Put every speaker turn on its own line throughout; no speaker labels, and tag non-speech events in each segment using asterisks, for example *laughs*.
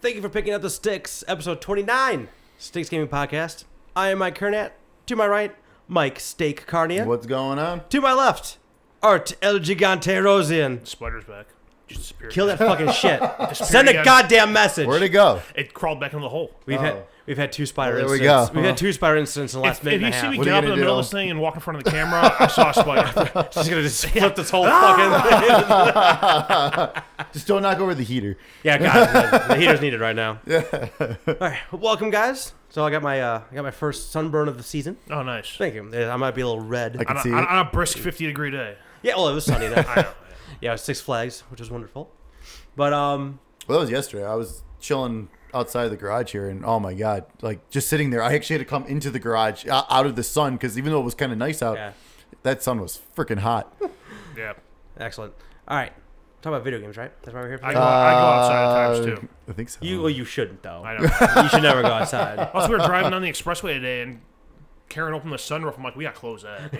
Thank you for picking up the sticks, episode 29, Sticks Gaming Podcast. I am Mike Kernat. To my right, Mike Steak Carnia.
What's going on?
To my left, Art El Gigante Rosian.
Spider's back. Just disappeared.
Kill that
*laughs*
fucking shit.
Disappeared
Send a
again.
goddamn message.
Where'd it go?
It crawled back in the hole.
We've had
Oh.
we've had two spider
There we
incidents.
go.
have had two spider incidents in the last
If,
minute
if you
and a
see
half.
me
What are
get
you
up in the
gonna
middle
do?
of this thing and walk in front of the camera, I saw
*laughs*
a spider. Ah!
She's gonna just flip this whole
*laughs*
fucking.
Just don't knock over the heater.
*laughs* Yeah, God, the heater's needed right now. Yeah. All right, welcome guys. So I got my uh, I got my first sunburn of the season.
oh, nice.
Thank you. Yeah, I might be a little red.
I
On
can
a,
see
on
it.
a- on a brisk 50 degree day.
yeah, well, it was sunny. Though.
*laughs* I know.
yeah, it was Six Flags, which was wonderful. But um,
Well, that was yesterday. I was chilling outside the garage here, and oh my god, like just sitting there. I actually had to come into the garage uh, out of the sun because even though it was kind of nice out,
yeah,
that sun was freaking hot.
Yeah.
excellent. All right, talk about video games, right? That's why we're here. For
I go, I go outside at times, too.
Uh, I think so.
you well, you shouldn't though.
I know.
You should never go
*laughs*
outside.
Also, we were driving on the expressway today and Karen opened the sunroof. I'm like, we got to close that.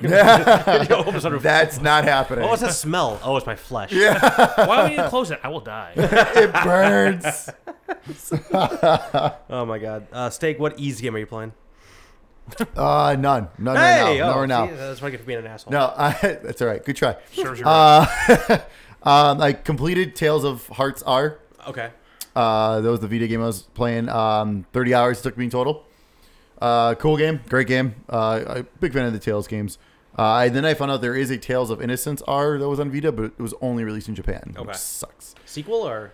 Yo, all of a sudden-
*laughs* That's not happening. *laughs*
what was that smell? Oh, it's my flesh.
Why do we need to close that? I will
*laughs*
die.
it burns.
Oh my God. Uh, Steak, what easy game are you playing?
Uh, none. None right now.
oh,
None right now.
see, that's why I get for being an asshole.
No, *laughs* I, that's all right. Good try.
Serves you right.
Uh, *laughs* um, I completed Tales of Hearts R.
Okay.
Uh, that was the video game I was playing. Um, 30 hours it took me in total. Uh, cool game, great game. Uh, I big fan of the Tales games. Uh, I, then I found out there is a Tales of Innocence R that was on Vita, but it was only released in Japan,
Okay.
which sucks.
Sequel or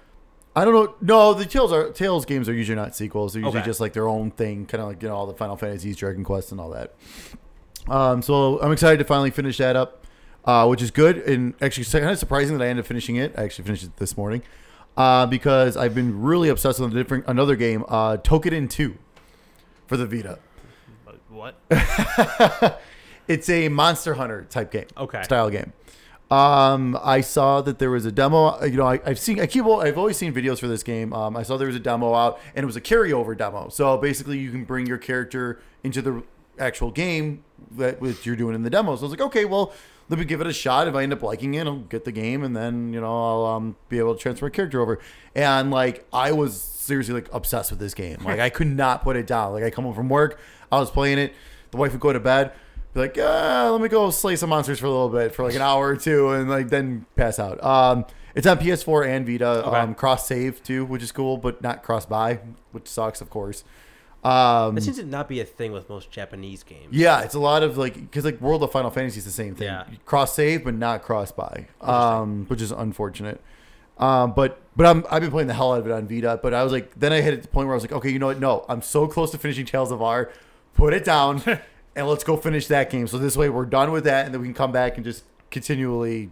I don't know. No, the Tales are Tales games are usually not sequels. They're usually
Okay.
just like their own thing, kind of like you know all the Final Fantasies, Dragon Quest, and all that. Um, so I'm excited to finally finish that up, uh, which is good and actually kind of surprising that I ended up finishing it. I actually finished it this morning uh, because I've been really obsessed with a different another game, uh, Tokiden Two, for the Vita.
But what?
It's a Monster Hunter type game,
Okay.
style game. Um, I saw that there was a demo. uh, You know, I, I've seen I keep I've always seen videos for this game. Um, I saw there was a demo out, and it was a carryover demo. So basically, you can bring your character into the actual game that with you're doing in the demo. So I was like, okay, well, let me give it a shot. If I end up liking it, I'll get the game, and then you know I'll um, be able to transfer my character over. And like, I was seriously like obsessed with this game. Like, I could not put it down. Like, I come home from work, I was playing it. The wife would go to bed be like, ah, let me go slay some monsters for a little bit, for like an hour or two, and like then pass out. Um, it's on PS4 and Vita,
Okay.
um, cross save too, which is cool, but not cross buy, which sucks, of course. Um,
That seems to not be a thing with most Japanese games.
yeah, it's a lot of like because like World of Final Fantasy is the same thing.
Yeah.
Cross save, but not cross buy, um, which is unfortunate. Um, but but I'm, I've been playing the hell out of it on Vita. But I was like, then I hit the point where I was like, okay, you know what? No, I'm so close to finishing Tales of R. Put
*laughs*
it down, and let's go finish that game. So this way we're done with that, and then we can come back and just continually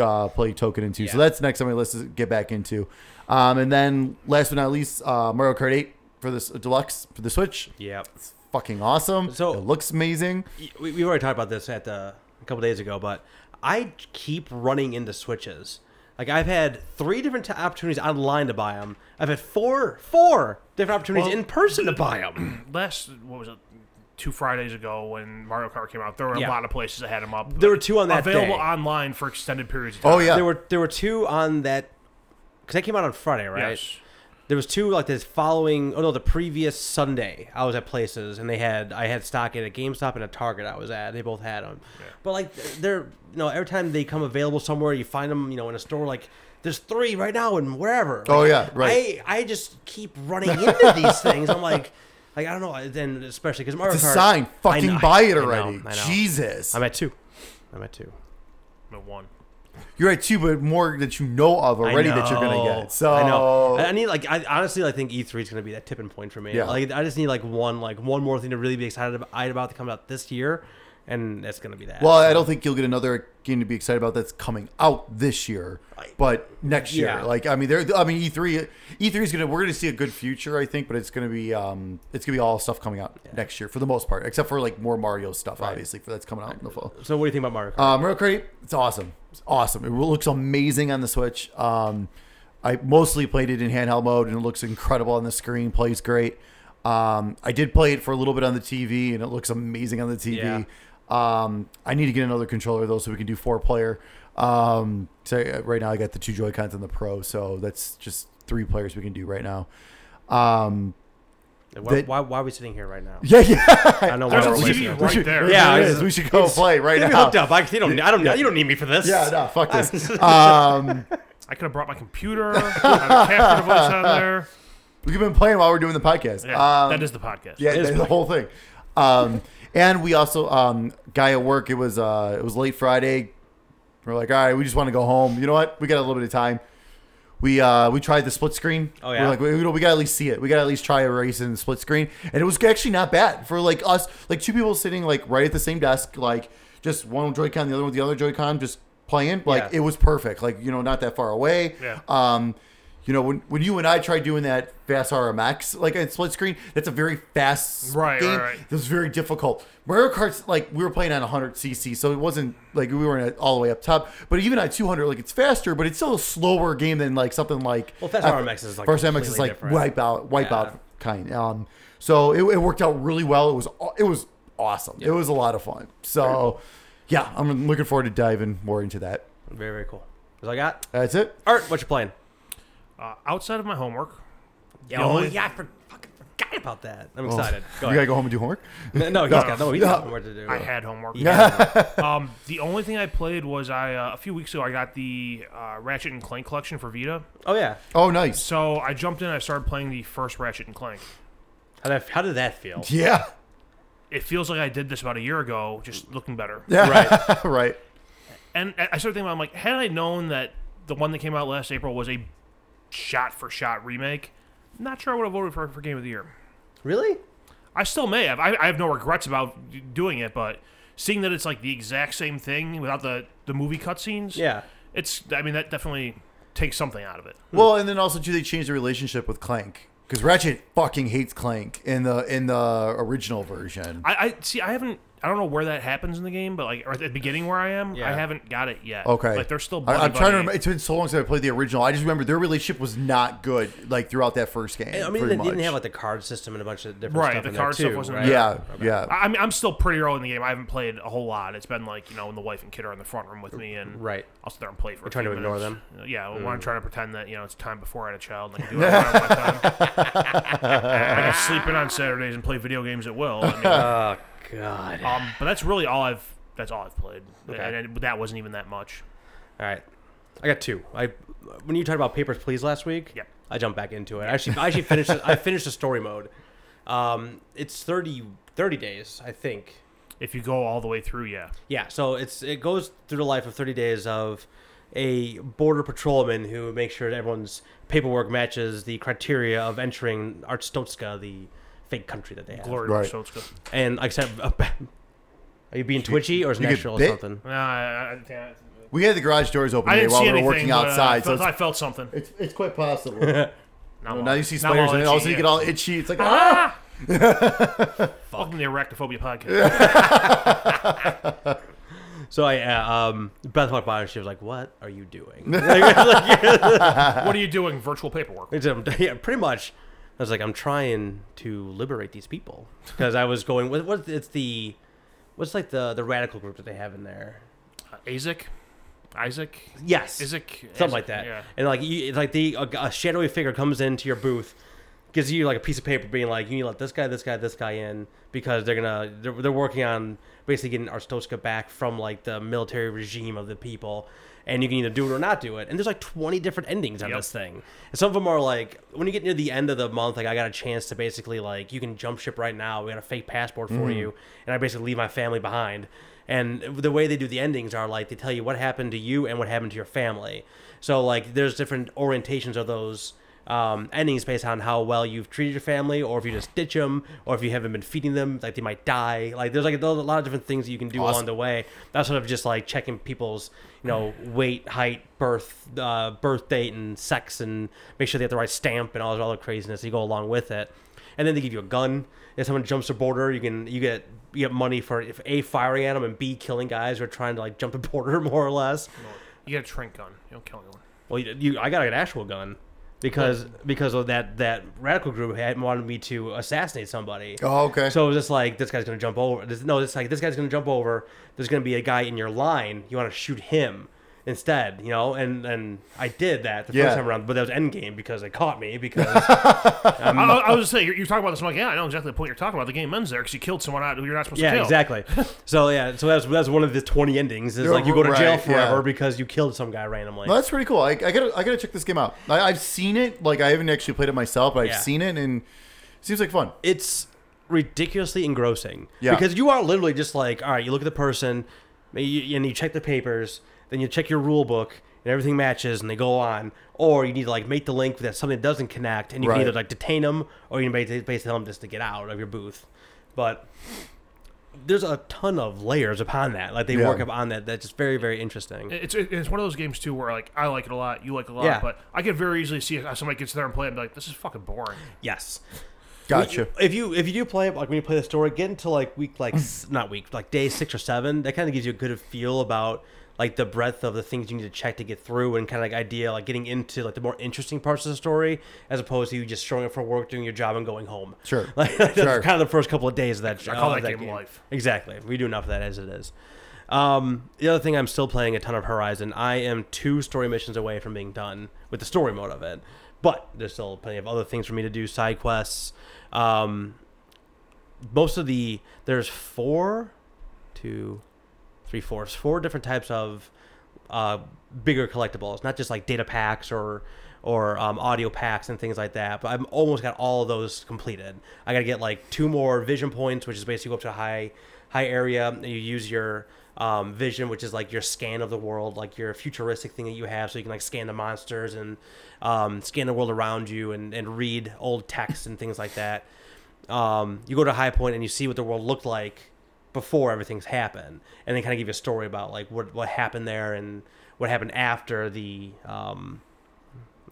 uh, play Token into.
Yeah.
So that's next on my list to get back into. Um, and then last but not least, uh, Mario Kart 8 for this uh, deluxe for the Switch.
Yep.
It's fucking awesome.
So-
it looks amazing.
We, we already talked about this at the a couple days ago, but I keep running into switches. Like I've had three different t- opportunities online to buy them. I've had four four different opportunities
Well-
in person to buy them.
Last, what was it? Two Fridays ago when Mario Kart came out, there were
Yeah.
a lot of places that had them up.
There were two on that
Available
day.
online for extended periods of time.
Oh yeah,
There were there were two on that because that came out on Friday, right?
Yes.
There was two like this following. Oh no, the previous Sunday I was at places and they had I had stock at a GameStop and a Target I was at. They both had them, but like they're you know every time they come available somewhere you find them you know in a store like there's three right now and wherever. Like,
Oh, yeah, right.
I I just keep running into
*laughs*
these things. I'm like like I don't know. Then especially because Mario
it's a
Kart-
sign.
I
Fucking
know-
buy
I
it
know,
already.
I know.
Jesus,
I'm at two. I'm at two.
No one.
you're at two, but more that you know of
I
already that you're
know.
gonna get. So
I know. I I need like I honestly I think E three is gonna be that tipping point for me.
Yeah.
Like I just need like one like one more thing to really be excited about, eyed about to come out this year, and that's gonna be that.
Well, I don't think you'll get another game to be excited about that's coming out this year, but next year.
Yeah.
Like I mean, there. I mean, E three, E three is gonna. We're gonna see a good future, I think, but it's gonna be um, it's gonna be all stuff coming out next year for the most part, except for like more Mario stuff, obviously, for that's coming out in the fall.
so what do you think about Mario Kart?
Um, Mario Kart, 8, it's awesome. It's awesome. It looks amazing on the Switch. Um, I mostly played it in handheld mode, and it looks incredible on the screen. Plays great. Um, I did play it for a little bit on the TV, and it looks amazing on the TV.
Yeah.
Um, I need to get another controller though, so we can do four player. Um, so uh, right now I got the two Joy Cons and the Pro, so that's just three players we can do right now. Um,
Why,
That-
why, why are we sitting here right now?
yeah, *laughs* yeah.
I know why
There's a
we're
*laughs*
TV
listening.
right
should,
there.
there
Yeah,
it
it's-
is. we should go play right
Get me
now.
hooked up. I you don't. I don't. You don't need me for this.
Yeah, no, fuck this.
*laughs*
um,
I could have brought
*laughs*
my computer. I have a capture device on there.
we've been playing while we're doing the podcast.
Yeah,
um,
that is the podcast.
Yeah,
is
the,
funny.
whole thing. Um, and we also um, guy at work. It was uh, it was late Friday. We're like, all right, we just want to go home. You know what? We got a little bit of time. We uh, we tried the split screen.
Oh, yeah?
We're like, we, we, we got to at least see it. We got to at least try a race in the split screen, and it was actually not bad for like us, like two people sitting like right at the same desk, like just one Joy-Con, the other one with the other Joy-Con, just playing. Like
Yeah.
it was perfect. Like you know, not that far away.
Yeah.
Um, you know, when, when you and I tried doing that fast RMX, like at split screen, that's a very fast
Right,
game.
right, right.
It was very difficult. Mario Kart's like we were playing on 100 cc, so it wasn't like we weren't at- all the way up top. But even at 200, like it's faster, but it's still a slower game than like something like
Well, Fast
uh,
RMX is, like,
Fast RMX is
completely
like
different.
wipe out, wipe
Yeah.
out kind. Um, so it, it worked out really well. It was aw- it was awesome. It was a lot of fun. So yeah, I'm looking forward to diving more into that.
Very very cool. That's all I got.
That's it.
Art, what you playing?
Uh, outside of my homework,
Yeah, oh
only-
yeah, I for, fucking forgot about that. I'm
*laughs*
excited. Go
Oh.
ahead.
you gotta go home and do homework.
no, he's got no. He's got
No.
more to do.
I had homework.
Yeah.
*laughs*
*laughs*
Um, the only thing I played was I uh, a few weeks ago I got the uh, Ratchet and Clank collection for Vita.
oh yeah.
Oh, nice.
So I jumped in. I started playing the first Ratchet and Clank.
How did, how did that feel?
Yeah. *laughs*
It feels like I did this about a year ago, just looking better.
Yeah.
Right.
right.
And I I started thinking, about, I'm like, had I known that the one that came out last April was a shot-for-shot remake, not sure I would have voted for, for Game of the Year.
Really?
I still may have. I, I have no regrets about d- doing it, but seeing that it's like the exact same thing without the the movie cutscenes,
Yeah.
it's. I mean, that definitely takes something out of it.
Well, and then also too, they changed the relationship with Clank because Ratchet fucking hates Clank in the in the original version.
I, I see. I haven't. I don't know where that happens in the game, but like or at the beginning where I am,
Yeah.
I haven't got it yet.
Okay,
like they're still.
I,
Buddy,
I'm trying to
buddy.
remember. It's been so long since I played the original. I just remember their relationship was not good, like throughout that first game.
I mean,
pretty
they
much.
didn't have like the card system and a bunch of different
Right,
stuff
the
in there
card stuff
too,
wasn't
right?
there.
yeah, yeah,
I I mean, I'm still pretty early in the game. I haven't played a whole lot. It's been like you know when the wife and kid are in the front room with me, and
Right.
I'll sit there and play for. We're
trying to ignore
Yeah, I
Mm.
want to try to pretend that you know it's time before I had a child. And I can do
*laughs*
whatever I want with my time. I can sleep in on Saturdays and play video games at will. I mean,
*laughs*
Oh god. All
um, but that's really all I've. That's all I've played,
Okay.
and, and that wasn't even that much.
right. I got two. I when you talked about Papers Please last week.
Yep.
I jumped back into it. I actually, I actually finished. I finished the story mode. Um, it's 30, 30 days, I think.
If you go all the way through, yeah.
Yeah, so it's it goes through the life of 30 days of a border patrolman who makes sure that everyone's paperwork matches the criteria of entering Artstotska, the fake country that they have.
Glory
Right.
right. Rostotska.
And like I said, are you being twitchy or is
you
it
get
natural or
bit?
something?
Nah, I, I, I,
We had the garage doors open
I
today
didn't
while
see
we were
anything.
working
but, uh,
outside,
I felt,
so
I
it's,
felt something.
it's, it's quite
*laughs*
possible. You
Not
know,
while-
now you see
not while
spiders, and then all of a sudden you
itchy,
get all itchy. It's like,
yeah.
ah!
Ah! Welcome to the
*laughs*
Arachnophobia podcast.
So I, uh, um, Beth walked by and she was like, "What are you
*laughs*
doing?" *laughs*
what are you doing? Virtual paperwork.
It's, um, yeah, pretty much. I was like, I'm trying to liberate these
*laughs*
people because I was going with what it's the what's like the the radical group that they have in there.
Uh, Isaac, Isaac,
Yes,
Isaac,
something like that.
Yeah.
And like, you, it's like the a, a shadowy figure comes into your booth, gives you like a piece of paper, being like, you need to let this guy, this guy, this guy in because they're gonna they're, they're working on basically getting Arstoska back from like the military regime of the people, and you can either do it or not do it. And there's like 20 different endings on
Yep.
this thing. And some of them are like, when you get near the end of the month, like I got a chance to basically like you can jump ship right now. We got a fake passport for you, and I basically leave my family behind. And the way they do the endings are like they tell you what happened to you and what happened to your family. So like there's different orientations of those um, endings based on how well you've treated your family, or if you just ditch them, or if you haven't been feeding them, like they might die. Like there's like a lot of different things that you can do along
Awesome.
the way. That's sort of just like checking people's you know weight, height, birth, uh, birth date, and sex, and make sure they have the right stamp and all this other craziness. You go along with it, and then they give you a gun. If someone jumps the border, you can you get you get money for if a firing at them and b killing guys who are trying to like jump the *laughs* border more or less.
You got a trink gun. You don't kill anyone.
Well, you, you I got an actual gun because because of that that radical group had wanted me to assassinate somebody.
Oh, okay.
So it was just like this guy's gonna jump over. This, no, it's like this guy's gonna jump over. There's gonna be a guy in your line. You want to shoot him. instead, you know, and and I did that the
Yeah.
first time around, but that was Endgame because they caught me because
I, I- I was just saying, you're, you're talking about this. I'm like, yeah, I know exactly the point you're talking about. The game ends there because you killed someone out who you're not supposed to
yeah,
kill.
exactly. So yeah, so that's that's one of the twenty endings. Is
You're
like you go to jail
right, yeah.
forever because you killed some guy randomly.
No, that's pretty cool. I, I gotta, I gotta check this game out. I, I've seen it, like I haven't actually played it myself, but I've
Yeah.
seen it and it seems like fun.
it's ridiculously engrossing.
Yeah.
Because you are literally just like, all right, you look at the person, and you, and you check the papers, then you check your rule book, and everything matches, and they go on. Or you need to like make the link that something doesn't connect, and you
Right.
can either like detain them, or you can ba- basically tell them just to get out of your booth. But there's a ton of layers upon that. Like they
Yeah.
work upon that. That's just very, very interesting.
It's it- it's one of those games too where like I like it a lot, you like it a lot,
Yeah.
but I could very easily see how somebody gets there and play it and be like, this is fucking boring.
yes.
Gotcha.
If you if you do play it, like when you play the story, get into like week like
*laughs*
s- not week like day six or seven. That kind of gives you a good feel about like the breadth of the things you need to check to get through, and kind of like idea like getting into like the more interesting parts of the story as opposed to you just showing up for work, doing your job, and going home.
Sure.
*laughs* like that's
Sure.
kind of the first couple of days of that. I
call oh, that game life.
Exactly. We do enough of that as it is. Um, the other thing, I'm still playing a ton of Horizon. I am two story missions away from being done with the story mode of it, but there's still plenty of other things for me to do, side quests. Um, most of the there's four, two, three, four, four different types of uh, bigger collectibles, not just like data packs or or um, audio packs and things like that. But I've almost got all of those completed. I gotta get like two more vision points, which is basically go up to a high high area and you use your um, vision, which is like your scan of the world, like your futuristic thing that you have, so you can like scan the monsters and um, scan the world around you and, and read old texts and things like that um, you go to High Point and you see what the world looked like before everything's happened, and they kind of give you a story about like what what happened there and what happened after the um,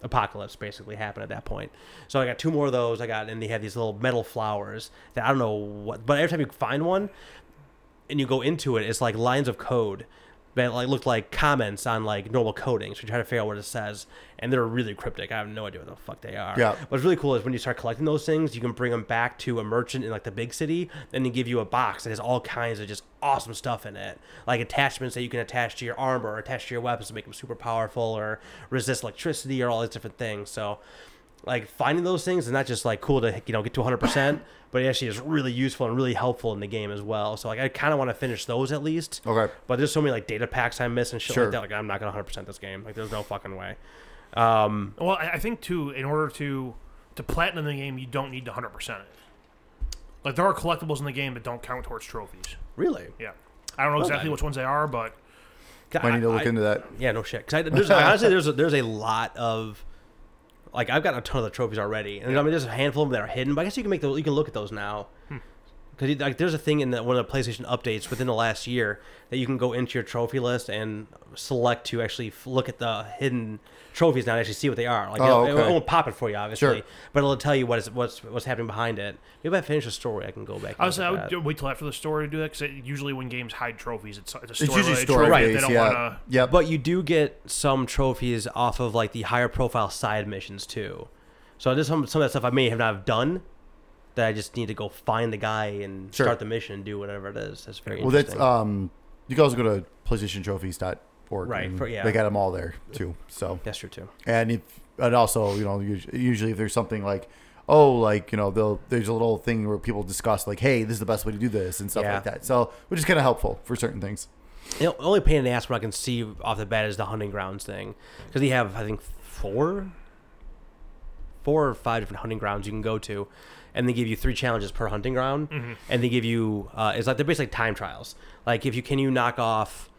apocalypse basically happened at that point. So I got two more of those. I got and they have these little metal flowers that I don't know what, but every time you find one and you go into it, it's like lines of code that like looked like comments on like normal coding. So you try to figure out what it says, and they're really cryptic. I have no idea what the fuck they are.
Yeah.
What's really cool is when you start collecting those things, you can bring them back to a merchant in like the big city, and they give you a box that has all kinds of just awesome stuff in it, like attachments that you can attach to your armor or attach to your weapons to make them super powerful or resist electricity or all these different things. So like finding those things is not just like cool to you know get to
*laughs*
100% but it actually is really useful and really helpful in the game as well so like i kind of want to finish those at least
Okay.
but there's so many like data packs i miss and shit
Sure.
like that like i'm not gonna 100% this game like there's no fucking way
Well, I, I think too, in order to to platinum the game, you don't need to 100 percent it. Like there are collectibles in the game that don't count towards trophies.
really
Yeah, I don't know exactly
then.
which ones they are, but
I need to look
I-
into that.
Yeah, no shit. Because there's like, honestly, there's a, there's a lot of like I've got a ton of the trophies already, and I mean, there's a handful of them that are hidden. But I guess you can make those. You can look at those now.
Hmm.
Because like, there's a thing in the, one of the PlayStation updates within the last year that you can go into your trophy list and select to actually f- look at the hidden trophies now and actually see what they are. Like
Oh,
it-
okay.
it won't pop it for you, obviously,
Sure.
but it'll tell you what is what's what's happening behind it. Maybe if I finish the story, I can go back. and
I would
look
say I
at
would
that.
do- wait till after the story to do that because usually when games hide trophies, it's, it's a story.
It's usually
related
story
trophy that They
based.
don't
Yeah.
wanna,
Yep.
But you do get some trophies off of like the higher profile side missions too. So there's some some of that stuff I may have not have done that I just need to go find the guy and
Sure.
start the mission and do whatever it is. That's very
Well, that's
interesting.
um. You can also go to PlayStationTrophies.org.
Right,
and
for- yeah.
They got them all there too. So
that's true too.
and if and also you know us- usually if there's something like oh like you know they'll, there's a little thing where people discuss like hey this is the best way to do this and stuff
Yeah.
like that. So which is kind of helpful for certain things.
The only pain in the ass when I can see off the bat is the hunting grounds thing because they have I think four, four or five different hunting grounds you can go to, and they give you three challenges per hunting ground, and they give you uh, it's like they're basically time trials. Like if you can you knock off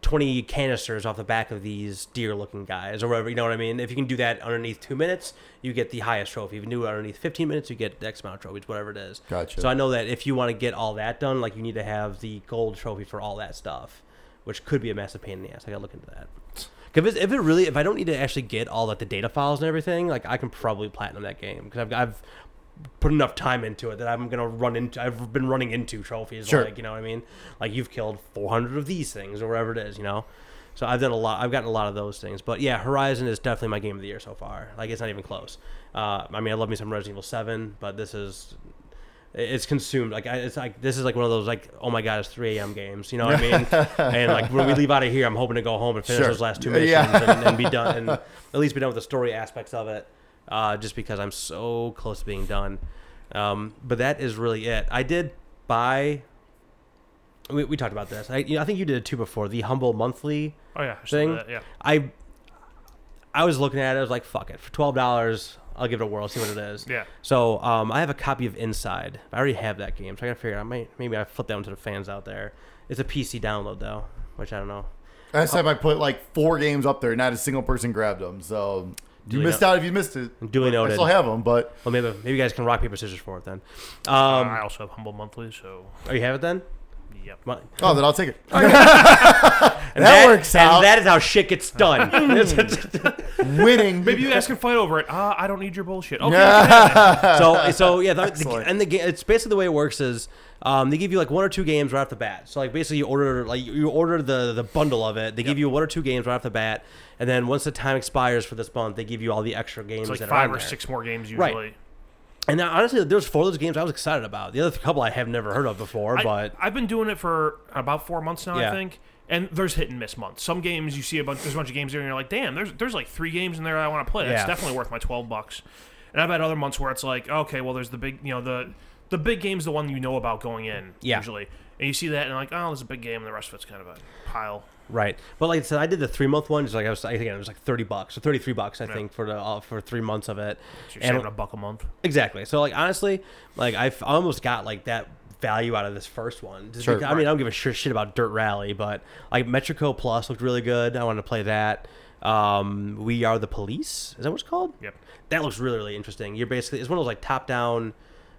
twenty canisters off the back of these deer looking guys or whatever you know what I mean. If you can do that underneath two minutes, you get the highest trophy. If you do it underneath fifteen minutes, you get X amount of trophies, whatever it is.
Gotcha.
So I know that if you want to get all that done, like you need to have the gold trophy for all that stuff, which could be a massive pain in the ass. I gotta look into that. 'Cause If, it's- if it really, if I don't need to actually get all like the data files and everything, like I can probably platinum that game because I've, I've put enough time into it that I'm gonna run into. I've been running into trophies,
Sure.
like you know what I mean. Like you've killed 400 of these things or whatever it is, you know. So I've done a lot. I've gotten a lot of those things, but yeah, Horizon is definitely my game of the year so far. Like it's not even close. Uh, I mean, I love me some Resident Evil Seven, but this is it- it's consumed. Like I, it's like this is like one of those like oh my god, it's three a.m. games. You know what I
*laughs*
mean? and like when we leave out of here, I'm hoping to go home and finish
Sure.
those last two missions
Yeah. *laughs*
and, and be done, and at least be done with the story aspects of it. Uh, just because I'm so close to being done. Um, but that is really it. I did buy. We, we talked about this. I, you know, I think you did it too before the humble monthly
Oh yeah, I should
thing.
do that, yeah.
I I was looking at it. I was like, "Fuck it." For twelve dollars, I'll give it a whirl. See what it is.
Yeah.
So um, I have a copy of Inside. I already have that game, so I gotta figure. out. I might maybe I flip that one to the fans out there. It's a PC download though, which I don't know.
Last time I put like four games up there, not a single person grabbed them. So you
Duly
missed out if you missed it.
Duly
I
noted.
still have them, but
Well, maybe maybe you guys can rock paper scissors for it then.
Uh,
Um,
I also have Humble Monthly, so
oh, you have it then.
yep.
Well,
oh, then I'll take it.
and
That works
and
out.
that is how shit gets done.
*laughs* Winning.
*laughs*
Maybe you guys can fight over it. Ah, I don't need your bullshit. Okay. *laughs*
so so yeah, the, the,
Excellent.
and the game. It's basically the way it works is um, they give you like one or two games right off the bat. So like basically you order like you order the the bundle of it. They give you one or two games right off the bat, and then once the time expires for this month, they give you all the extra games.
It's like
that
five
are on
or
there.
six more games
Right.
usually.
And now, honestly, there's four of those games I was excited about. The other couple I have never heard of before,
I,
but
I've been doing it for about four months now,
Yeah.
I think. And there's hit and miss months. Some games you see a bunch, there's a bunch of games there, and you're like, damn, there's there's like three games in there I want to play. That's
Yeah.
definitely worth my twelve bucks. And I've had other months where it's like, okay, well, there's the big, you know, the the big game's the one you know about going in
Yeah.
usually, and you see that and like, oh, there's a big game, and the rest of it's kind of a pile.
right. But like I said, I did the three month one. Just like I was, I think it was like thirty bucks or thirty three bucks, I think, for the uh, for three months of it.
So you're
And-
saving a buck a month.
Exactly. So like honestly, like I have almost got like that value out of this first one. Just
Sure.
because- I mean, I don't give a sh- shit about Dirt Rally, but like Metrico Plus looked really good. I wanted to play that. Um, we are the police. Is that what it's called?
Yep.
That looks really really interesting. You're basically it's one of those like top down.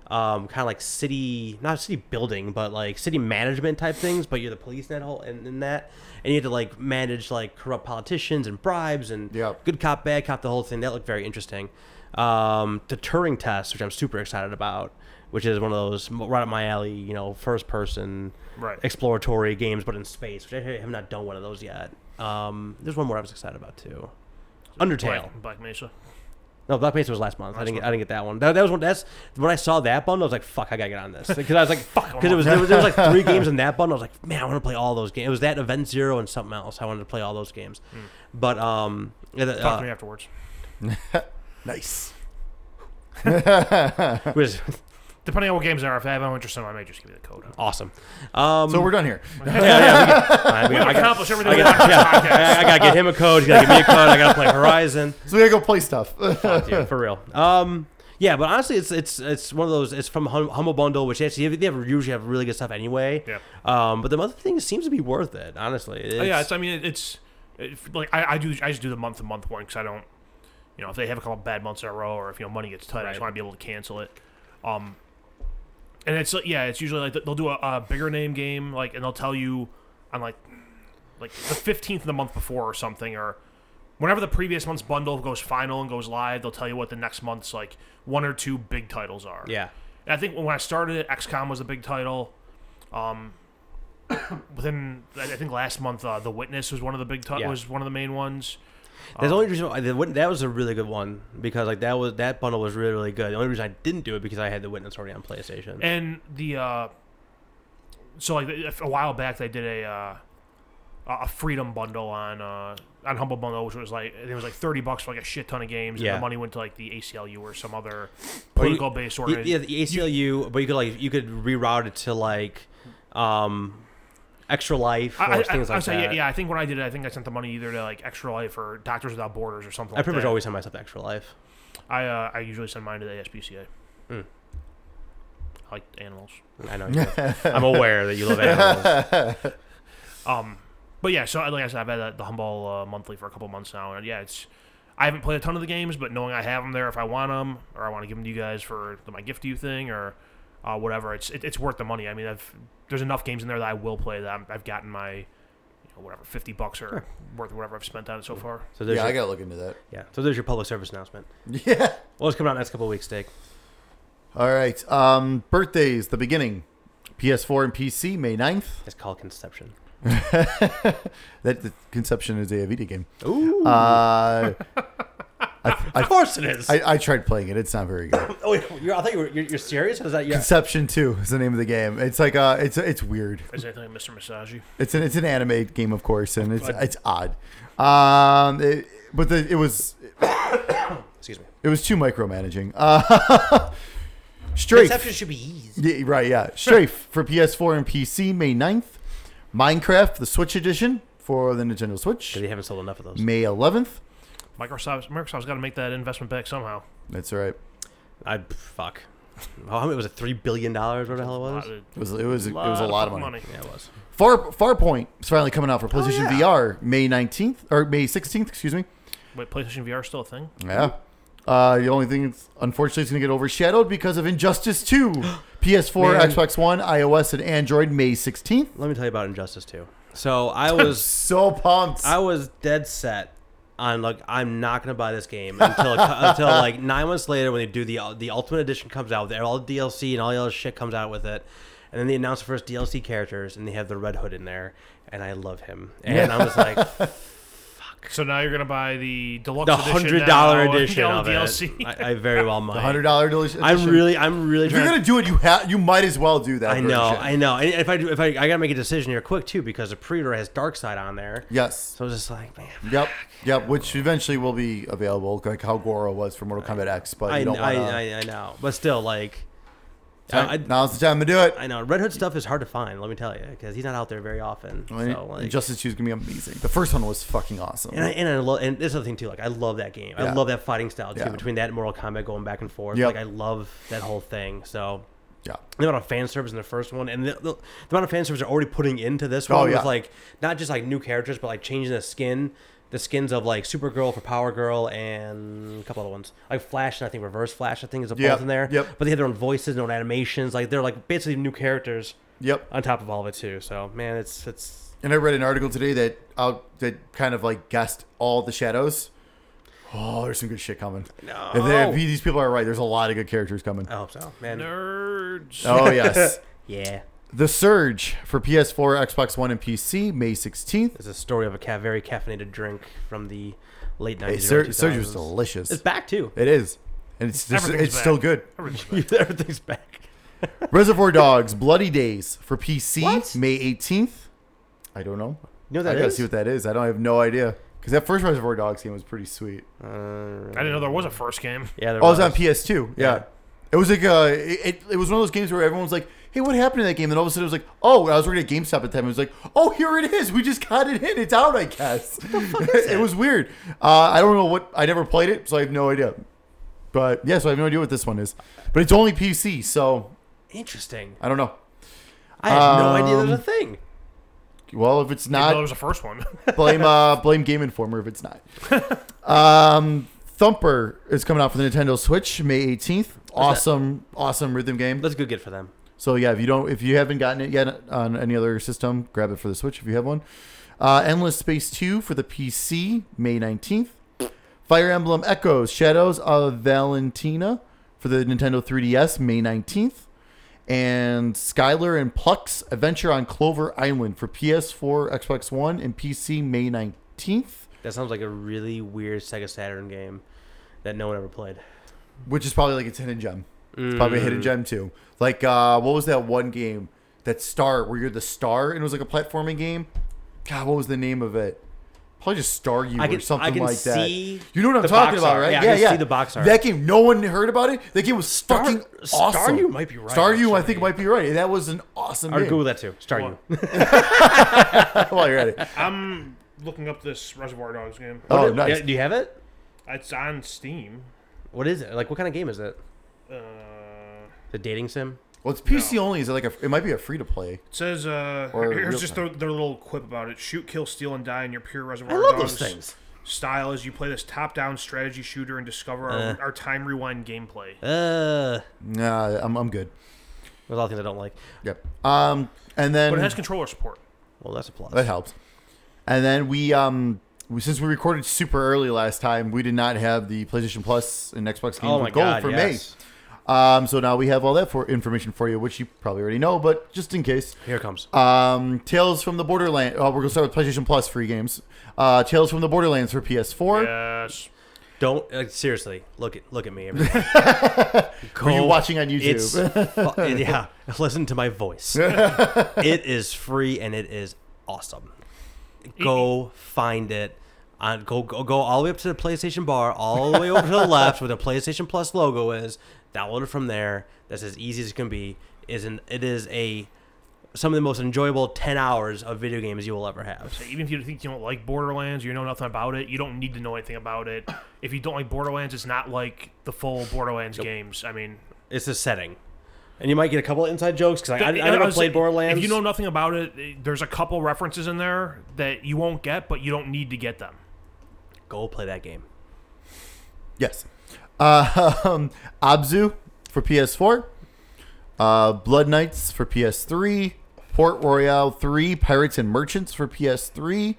Um, kind of like city, not city building, but like city management type things. But you're the police in that whole and in that, and you have to like manage like corrupt politicians and bribes and
Yep.
good cop, bad cop, the whole thing. That looked very interesting. Um, the Turing test, which I'm super excited about, which is one of those m- right up my alley, you know, first person
Right.
exploratory games, but in space, which I have not done one of those yet. Um, there's one more I was excited about too. Undertale.
Black, Black Mesa.
No, Black Mesa was last month. I didn't. Get, I didn't get that one. That, that was one. That's when I saw that bundle. I was like, "Fuck, I gotta get *laughs* on this." Because I was like, "Fuck," because it was there, was there was like three *laughs* games in that bundle. I was like, "Man, I want to play all those games." It was that Event Zero and something else. I wanted to play all those games, but um, yeah, the-
Talk
uh,
to me afterwards.
Nice.
it was
Depending on what games there are, if I have no interest in them, I may just give you the code. *laughs*
awesome. Um,
So we're done here. *laughs*
I, mean, I, got,
Accomplish everything. we
I
want.
I, I gotta get him a code. He's gotta give
*laughs*
me a code. I gotta play Horizon.
So we gotta go play stuff. *laughs*
Fuck you, for real. Um, yeah, but honestly, it's it's it's one of those. It's from hum, Humble Bundle, which actually they have, usually have really good stuff anyway.
Yeah.
Um, but the other thing seems to be worth it. Honestly, *laughs* it's,
Oh, yeah, it's, I mean, it's it, like I, I do. I just do the month to month one because I don't, you know, if they have a couple bad months in a row or if you know money gets tight, I just
Right.
want to be able to cancel it. Um, and it's like- yeah, it's usually like they'll do a, a bigger name game like, and they'll tell you on like like the fifteenth of the month before or something or. Whenever the previous month's bundle goes final and goes live, they'll tell you what the next month's like one or two big titles are.
yeah.
And I think when I started it, XCOM was a big title. Um, *coughs* within I I think last month, uh, The Witness was one of the big ti-
Yeah.
was one of the main ones.
That's the
Oh.
only reason I, the, wit- that was a really good one because like that was that bundle was really really good. The only reason I didn't do it because I had the witness already on PlayStation.
And the uh, so like if- a while back they did a uh, a a freedom bundle on uh, on Humble Bundle, which was like I think it was like thirty bucks for like a shit ton of games. And
Yeah.
the money went to like the ACLU or some other
Or you-
political based
Y- yeah,
organization.
the ACLU, but you could like you could reroute it to like, um, Extra Life or
I, I,
things
I,
like
I'll say,
that.
yeah, yeah, I think when I did it, I think I sent the money either to like Extra Life or Doctors Without Borders or something.
I pretty
like
much
that.
always send myself to Extra Life.
I uh, I usually send mine to the ASPCA.
Hmm.
Mm.
I like animals.
I know. You do.
*laughs*
I'm aware that you *laughs* love animals.
Um, but yeah, so like I said, I've had uh, the Humble uh, monthly for a couple months now, and yeah, it's I haven't played a ton of the games, but knowing I have them there if I want them, or I want to give them to you guys for the, my gift to you thing, or uh, whatever, it's it, it's worth the money. I mean, I've there's enough games in there that I will play that I'm, I've gotten my you know, whatever fifty bucks or worth of whatever I've spent on it so
Hmm.
far.
So there's
yeah, I
your,
gotta look into that.
yeah. So there's your public service announcement.
*laughs* Yeah.
Well, it's coming out next couple of weeks, Dick.
All right. Um, birthdays. The beginning. PS4 and PC, May 9th.
It's called Conception.
That the conception is a video game.
*laughs* Ooh.
Uh, I,
Of
I,
course it is.
I, I tried playing it. It's not very good.
oh, you're, I thought you were you're, you're serious. Is that yeah?
Conception Two is the name of the game. It's like uh, it's it's weird.
Is anything like Mr. Masagi?
It's an it's an anime game, of course, and it's it's odd. Um, it, but the, it was
Excuse me.
it was too micromanaging. Uh, *laughs* Strafe,
Conception should be easy.
Yeah, right, yeah. Strafe for PS4 and PC May 9th. Minecraft, the Switch edition for the Nintendo Switch,
They haven't sold enough of those.
May 11th.
Microsoft, Microsoft's got to make that investment back somehow.
That's right.
I fuck. How many was it? Three billion dollars? What the hell it was?
Uh, Lot of-
It was it was it was a lot of
fucking
money. Oh,
Yeah, it was.
Far Farpoint is finally coming out for PlayStation
yeah.
VR May 19th or May 16th, excuse me.
Wait, PlayStation VR is still a thing?
Yeah. Uh, the only thing that's unfortunately it's going to get overshadowed because of Injustice 2. *gasps* PS4,
Man.
Xbox One, iOS, and Android May 16th.
Let me tell you about Injustice 2. So
*laughs*
I was
So pumped.
I was dead set on like I'm not gonna buy this game until it, co-
*laughs*
until like nine months later when they do the the Ultimate Edition comes out with all the DLC and all the other shit comes out with it, and then they announce the first DLC characters and they have the Red Hood in there, and I love him, and I was
*laughs*
like,
So now you're gonna buy the deluxe
the
edition
hundred dollar
now, *laughs*
edition
all
of it.
DLC.
*laughs* I, I very well
The
might.
$100 deli-
I'm
edition.
really I'm really
If you're
trying to
going to do it, you ha- you might as well do that.
I know,
version.
I know. And if I do, if I, I gotta make a decision here quick too because the pre-order has Dark Side on there.
Yes.
So I was just like, man,
Yep. Yep. Which eventually will be available, like how Goro was for Mortal Kombat X. But
I,
you don't
I,
want
I, I know, but still, like, I,
to. Now's the time to do it.
I know Red Hood stuff is hard to find. Let me tell you, because he's not out there very often. So like,
Injustice 2 is going to be amazing. The first one was fucking awesome.
and I, and I love and this other thing too. Like I love that game. I
Yeah.
love that fighting style too.
Yeah.
Between that and Mortal Kombat going back and forth,
Yep.
like I love that whole thing. So
yeah.
the amount of fan service in the first one, and the, the, the amount of fan service they're already putting into this
Oh,
one
yeah.
with like not just like new characters, but like changing the skin, the skins of like Supergirl for Power Girl and a couple other ones, like Flash and I think Reverse Flash. I think is a
Yep,
both in there.
yep.
But they have their own voices, their own animations. Like they're like basically new characters
Yep.
on top of all of it too. So man, it's it's
And I read an article today that out that kind of like guessed all the shadows. Oh, there's some good shit coming.
No. Oh.
If, they, if these people are right, there's a lot of good characters coming.
I hope so, man.
Nerds.
*laughs*
Oh yes,
Yeah,
The Surge for PS4, Xbox One, and PC, May 16th.
it's a story of a ca- very caffeinated drink from the late
Hey,
nineties.
Sur- Surge was delicious.
It's back
*laughs*
too. *laughs*
It is, and it's just,
Everything's
it's still
back.
good.
Everything's back.
Everything's back.
Reservoir Dogs, Bloody Days for PC,
What?
May 18th. I don't know.
You know what
I
that
gotta
is?
see what that is. I don't I have no idea because that first Reservoir Dogs game was pretty sweet.
Uh,
I didn't know there was a
*laughs*
first game.
yeah, there
Oh, it was on
was.
PS2. Yeah.
Yeah.
It was like uh, it, it- it was one of those games where everyone's like, "Hey, what happened to that game?" And all of a sudden, it was like, "Oh, I was working at GameStop at the time." It was like, "Oh, here it is. We just got it in. It's out, I guess." *laughs* it was weird. Uh, I don't know what. I never played it, so I have no idea. But yeah, so I have no idea what this one is. But it's only PC, so
Interesting.
I don't know.
I had no idea there was
Um,
a thing.
Well, if it's
I didn't know there
not,
was a
*laughs*
first one.
blame uh, blame Game Informer if it's not. *laughs* Um, Thumper is coming out for the Nintendo Switch May 18th. Awesome, awesome rhythm game.
That's a good get for them.
So yeah, if you don't, if you haven't gotten it yet on any other system, grab it for the Switch if you have one. Uh, Endless Space Two for the PC, May nineteenth. Fire Emblem Echoes: Shadows of Valentina for the Nintendo 3DS, May nineteenth. And Skylar and Plux: Adventure on Clover Island for PS4, Xbox One, and PC, May nineteenth.
That sounds like a really weird Sega Saturn game that no one ever played.
Which is probably like its hidden gem. It's probably a
Mm.
hidden gem too. Like uh, what was that one game? That star where you're the star and it was like a platforming game. God, what was the name of it? Probably just Star You
I
or
can-
something
I can
like that.
see
You know what I'm
the
talking
box
about,
art.
right?
Yeah, I can see the box art.
That game, no one heard about it. That game was fucking
Star
awesome.
You might be right,
Star You, I think,
actually.
might be right. That was an awesome
Or
game.
Google that too. Start you.
*laughs* While you're at it.
I'm looking up this Reservoir Dogs game.
Oh,
What-
nice.
yeah, Do you have it?
It's on Steam.
What is it? Like, what kind of game is it?
Uh,
The dating sim? *laughs*
Well, it's PC only. Is it like a? It might be a free to play.
it says uh,
Or real
here's just their, their little quip about it: shoot, kill, steal, and die in your pure Reservoir
I love
Dogs
those things.
style as you play this top-down strategy shooter and discover
Uh.
our, our time rewind gameplay.
Uh,
Nah, I'm, I'm good.
there's a lot of things I don't like.
Yep. Um, and then
But it has controller support.
Well, that's a plus.
That helps. And then we, um, we, since we recorded super early last time, we did not have the PlayStation Plus and Xbox games
Oh my
with gold
god!
for
yes.
May. Um, so now we have all that for information for you, which you probably already know, but just in case.
Here it comes.
Um, Tales from the Borderlands. Oh, we're gonna start with PlayStation Plus free games. Uh, Tales from the Borderlands for PS4.
Yes.
Don't like, seriously look at look at me.
*laughs*
Everybody.
Are you
Go-
watching on YouTube?
Oh, It's
*laughs*
fu- yeah. Listen to my voice. it is free and it is awesome. Go find it. On, go go go all the way up to the PlayStation bar, all the way over to
*laughs*
the left where the PlayStation Plus logo is. Download it from there. That's as easy as it can be. Is an it is a some of the most enjoyable ten hours of video games you will ever have.
Even if you think you don't like Borderlands, you know nothing about it. You don't need to know anything
*coughs*
about it. If you don't like Borderlands, it's not like the full Borderlands games. I mean,
It's the setting, and you might get a couple of inside jokes because I, I,
And
I never
honestly,
played Borderlands.
If you know nothing about it, eh, there's a couple references in there that you won't get, but you don't need to get them.
go play that game.
Yes. Uh, *laughs* um, Abzu for PS4. Uh, Blood Knights for PS3. Port Royale 3, Pirates and Merchants for PS3.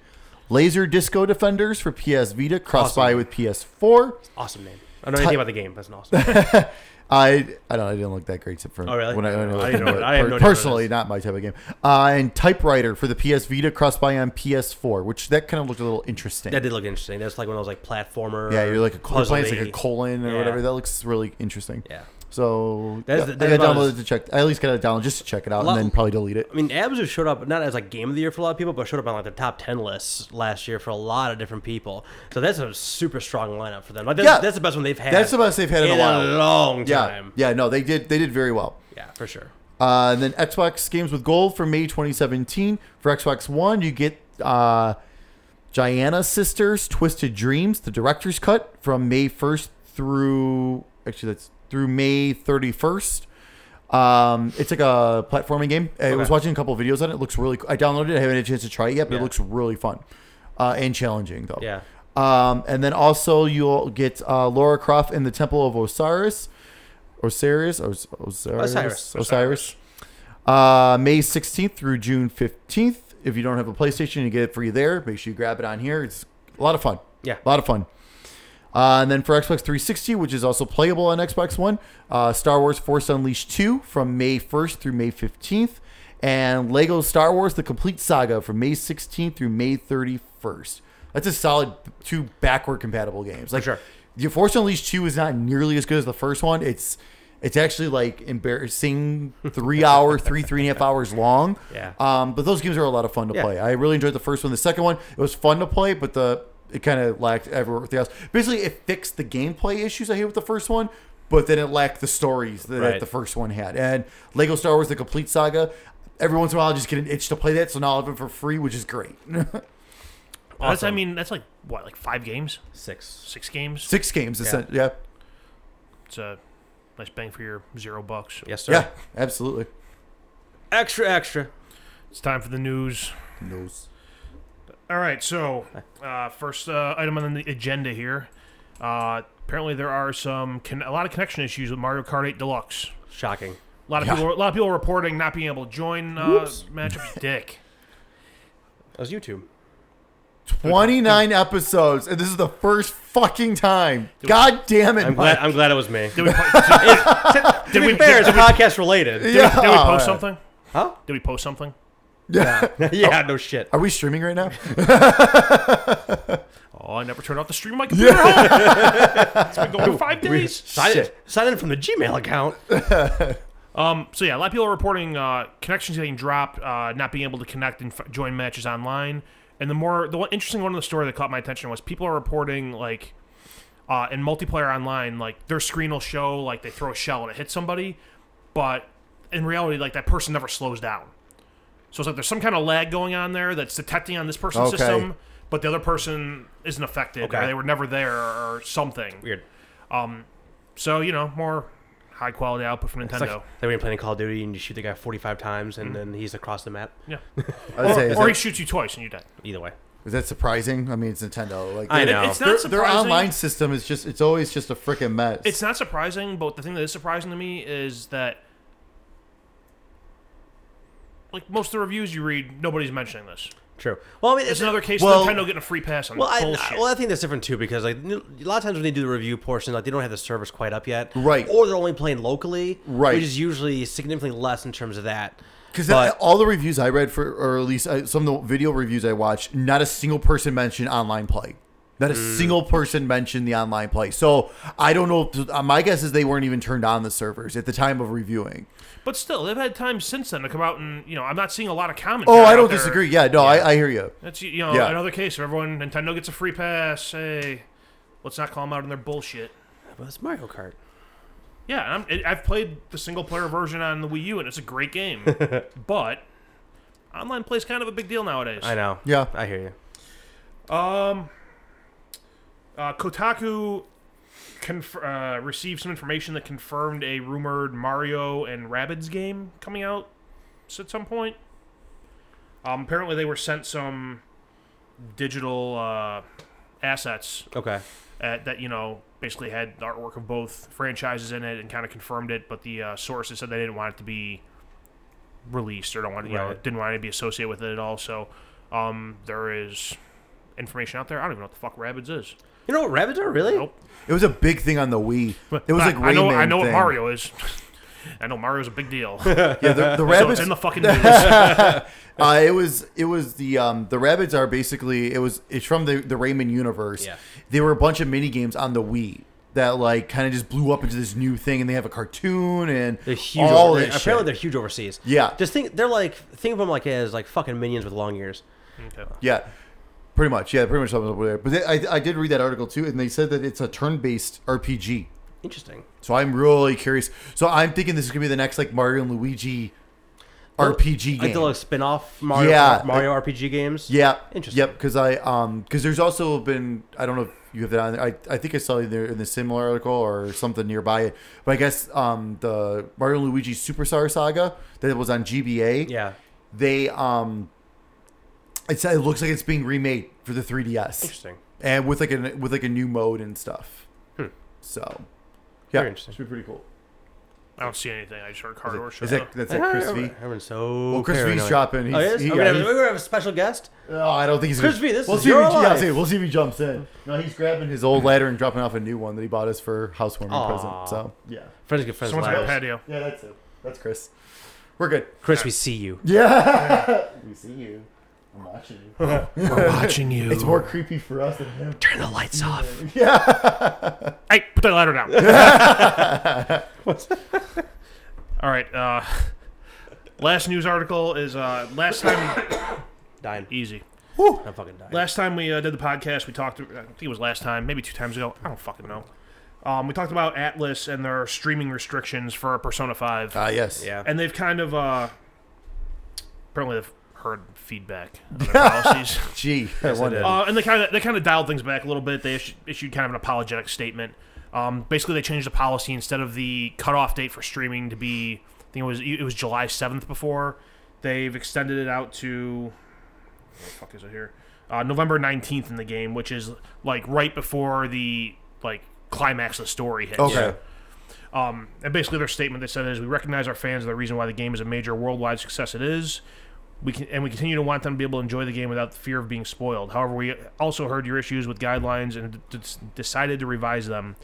Laser Disco Defenders for PS Vita, cross by
Awesome.
with PS4.
Awesome name. I don't know anything about the game. That's an awesome. *laughs*
I I don't I didn't look that great except for
Oh, really?
when I, when I,
I didn't know-
looked at
I have
it.
no idea what it
personally
is.
not my type of game. Uh, and Typewriter for the PS Vita, cross by on PS4, which that kind of looked a little interesting.
That did look interesting. That's like one of those like platformer.
yeah, you're like a you're playing as like a
puzzly-
colon or
Yeah.
whatever. That looks really interesting.
Yeah.
So
That's-
yeah,
that's
I
about
got downloaded
as-
to check. I at least got it downloaded just to check it out,
Lot-
and then probably delete it.
I mean, Abzu showed up not as like game of the year for a lot of people, but showed up on like the top ten lists last year for a lot of different people. So that's a super strong lineup for them. Like that's,
Yeah.
that's the best one they've had.
That's the best they've had in a while.
long
Yeah,
time. Yeah,
yeah. No, they did. They did very well.
for sure.
Uh, and then Xbox Games with Gold for May 2017. For Xbox One, you get uh, Gianna Sisters Twisted Dreams, the director's cut, from May 1st through actually that's through May 31st. Um, it's like a platforming game. I was
Okay.
watching a couple videos on it. It looks really. Cool. I downloaded it. I haven't had a chance to try it yet, but it
Yeah.
looks really fun uh, and challenging though.
Yeah.
Um, and then also you'll get uh, Laura Croft in the Temple of Osiris, Osiris, Os- Osiris, Osiris.
Osiris.
Uh, May 16th through June 15th. If you don't have a PlayStation, you get it free there. Make sure you grab it on here. It's a lot of fun.
Yeah.
a lot of fun. Uh, and then for Xbox 360, which is also playable on Xbox One, uh, Star Wars Force Unleashed 2 from May 1st through May 15th, and Lego Star Wars The Complete Saga from May 16th through May 31st. That's a solid two backward compatible games. Like
sure.
The Force Unleashed 2 is not nearly as good as the first one. It's it's actually like embarrassing
*laughs*
three hour, three, three and a half hours long.
Yeah.
Um, but those games are a lot of fun to
Yeah.
play. I really enjoyed the first one. The second one, it was fun to play, but the it kind of lacked everything else. Basically, it fixed the gameplay issues I had with the first one, but then it lacked the stories that, that
Right.
the first one had. And Lego Star Wars: The Complete Saga. Every once in a while, I just get an itch to play that, so now I have it for free, which is great. *laughs*
That's, I
Awesome.
mean, that's like what, like five games,
Six.
six games.
Six games,
Yeah.
essen- yeah,
It's a nice bang for your zero bucks.
Yes, sir.
yeah, absolutely.
Extra, extra.
It's time for the news.
Nose.
All right, so uh, first uh, item on the agenda here. Uh, apparently, there are some con- a lot of connection issues with Mario Kart 8 Deluxe.
Shocking.
A lot of
Yeah.
people, a lot of people are reporting not being able to join uh,
*laughs*
matchups. Dick.
That was YouTube.
Twenty-nine episodes, and this is the first fucking time. God damn it!
I'm glad.
Mike.
I'm glad it was me.
Did
*laughs*
we, po-
to be
we-
fair, it's podcast related.
yeah.
did we
all
*laughs*
right.
post something?
Huh?
Did we post something?
*laughs* yeah. No shit.
*laughs* Are we streaming right
*laughs*
now?
Oh, I never turned off the stream on my computer. at home. it's been going for five days.
Sign,
Shit.
sign in from the Gmail account.
Um, so yeah, a lot of people are reporting uh, connections getting dropped, uh, not being able to connect and f- join matches online. And the more the one interesting one in the story that caught my attention was people are reporting like uh, in multiplayer online, like their screen will show like they throw a shell and it hits somebody, but in reality, like that person never slows down. So it's like there's some kind of lag going on there that's detecting on this person's
Okay.
system, but the other person isn't affected, or
Okay.
they were never there, or something.
Weird.
So you know, more high quality output from Nintendo.
It's like they were playing Call of Duty and you shoot the guy 45 times and then he's across the map.
yeah,
I would say, is
or he
that,
shoots you twice and you die.
Either way.
is that surprising? I mean, it's Nintendo. Like,
I
they-
know.
It's not
their,
surprising.
their online system is just it's always just a freaking mess.
It's not surprising, but the thing that is surprising to me is that, like most of the reviews you read, nobody's mentioning this.
True. Well, I mean,
It's another case
well-
of Nintendo getting a free pass on
Well, I,
bullshit.
well, I think that's different too because like n- a lot of times when they do the review portion, like they don't have the servers quite up yet,
Right.
Or they're only playing locally,
Right.
Which is usually significantly less in terms of that.
because
but-
all the reviews I read for, or at least uh, some of the video reviews I watched, not a single person mentioned online play. Not a
Mm.
single person mentioned the online play. So I don't know. uh, My guess is they weren't even turned on the servers at the time of reviewing.
But still, they've had time since then to come out and you know I'm not seeing a lot of commentary.
Oh, I
out
don't
there.
disagree. Yeah, no, I, I hear you.
That's you know
Yeah.
another case of everyone Nintendo gets a free pass. Hey, let's not call them out on their bullshit.
But it's Mario Kart.
Yeah, and I'm, it, I've played the single player version on the Wii U, and it's a great game. but online play's kind of a big deal nowadays.
I know.
Yeah.
I hear you.
Um, uh, Kotaku conf- uh, received some information that confirmed a rumored Mario and Rabbids game coming out s- at some point. Um, apparently, they were sent some digital uh, assets
Okay.
at, uh, that you know basically had the artwork of both franchises in it and kind of confirmed it, but the uh, sources said they didn't want it to be released or don't want you know
Right.
didn't want it to be associated with it at all. So um, there is information out there. I don't even know what the fuck Rabbids is.
You know what rabbits are really?
Nope.
It was a big thing on the Wii. It was
I,
like Rayman
I know I know
thing.
what Mario is. *laughs* I know Mario's a
*laughs*
big deal.
Yeah, the, the
*laughs* so
rabbits.
it's in
*laughs*
the fucking news. *laughs*
uh, it was it was the um, the rabbits are basically it was it's from the the Rayman universe.
Yeah.
They were a bunch of mini games on the Wii that like kind of just blew up into this new thing, and they have a cartoon and
They're huge.
all
over-
this
they're-
shit.
apparently, they're huge overseas.
Yeah.
Just think, they're like think of them like as like fucking minions with long ears.
Okay.
Yeah, pretty much. Yeah, pretty much sums up over there. But they, I, I did read that article too, and they said that it's a turn-based RPG.
Interesting.
So I'm really curious. So I'm thinking this is gonna be the next like Mario and Luigi RPG
Like
game.
the little spin-off Mario
Yeah.
Mario RPG games.
yeah,
Interesting.
Yep, because I um because there's also been I don't know if you have that on there. I, I think I saw it there in the similar article or something nearby it. But I guess um the Mario and Luigi Superstar Saga that was on GBA.
Yeah.
They um it's, it looks like it's being remade for the 3DS.
Interesting.
and with like a with like a new mode and stuff.
Hmm.
So, yeah,
Very interesting.
should be pretty cool.
I don't see anything. I just heard car
Is,
door
it,
shut.
is that that's that
Ah,
Chris V?
everyone- Everyone's so.
Well, Chris
Oh, paranoid.
V's dropping. He's,
Oh, he is?
he-
Are we gonna have-
he's-
we're gonna have a special guest.
oh, I don't think he's
Chris
gonna,
V, this
we'll
is
see
your
if he, yeah,
life.
see, we'll see if he jumps in. No, he's grabbing his old ladder and dropping off a new one that he bought us for housewarming
Aw.
present. So yeah,
Friends get friends.
Someone's got a
laugh.
patio.
yeah, that's it. That's Chris. We're good.
Chris, we see you.
*laughs*
Yeah, we see you. I'm watching you.
We're watching you.
It's more creepy for us than him.
Turn the lights off.
Hey, put that ladder down. All right. Uh, last news article is uh, last time.
Dying.
easy.
I'm fucking dying.
Last time we uh, did the podcast, we talked. I think it was last time, maybe two times ago. I don't fucking know. Um, we talked about Atlas and their streaming restrictions for Persona Five,
Ah, yes.
Yeah.
and they've kind of uh, apparently they've heard feedback on their policies.
Gee, I wonder.
Uh, and they kind of they kind of dialed things back a little bit. They issued, issued kind of an apologetic statement. Um, basically, they changed the policy instead of the cutoff date for streaming to be I think it was it was July seventh before. They've extended it out to what the fuck is it here? Uh, November nineteenth in the game, which is like right before the like climax of the story hits.
Okay.
Um, and basically, their statement they said is, "We recognize our fans are the reason why the game is a major worldwide success. It is. We can, and we continue to want them to be able to enjoy the game without the fear of being spoiled. However, we also heard your issues with guidelines and d- d- decided to revise them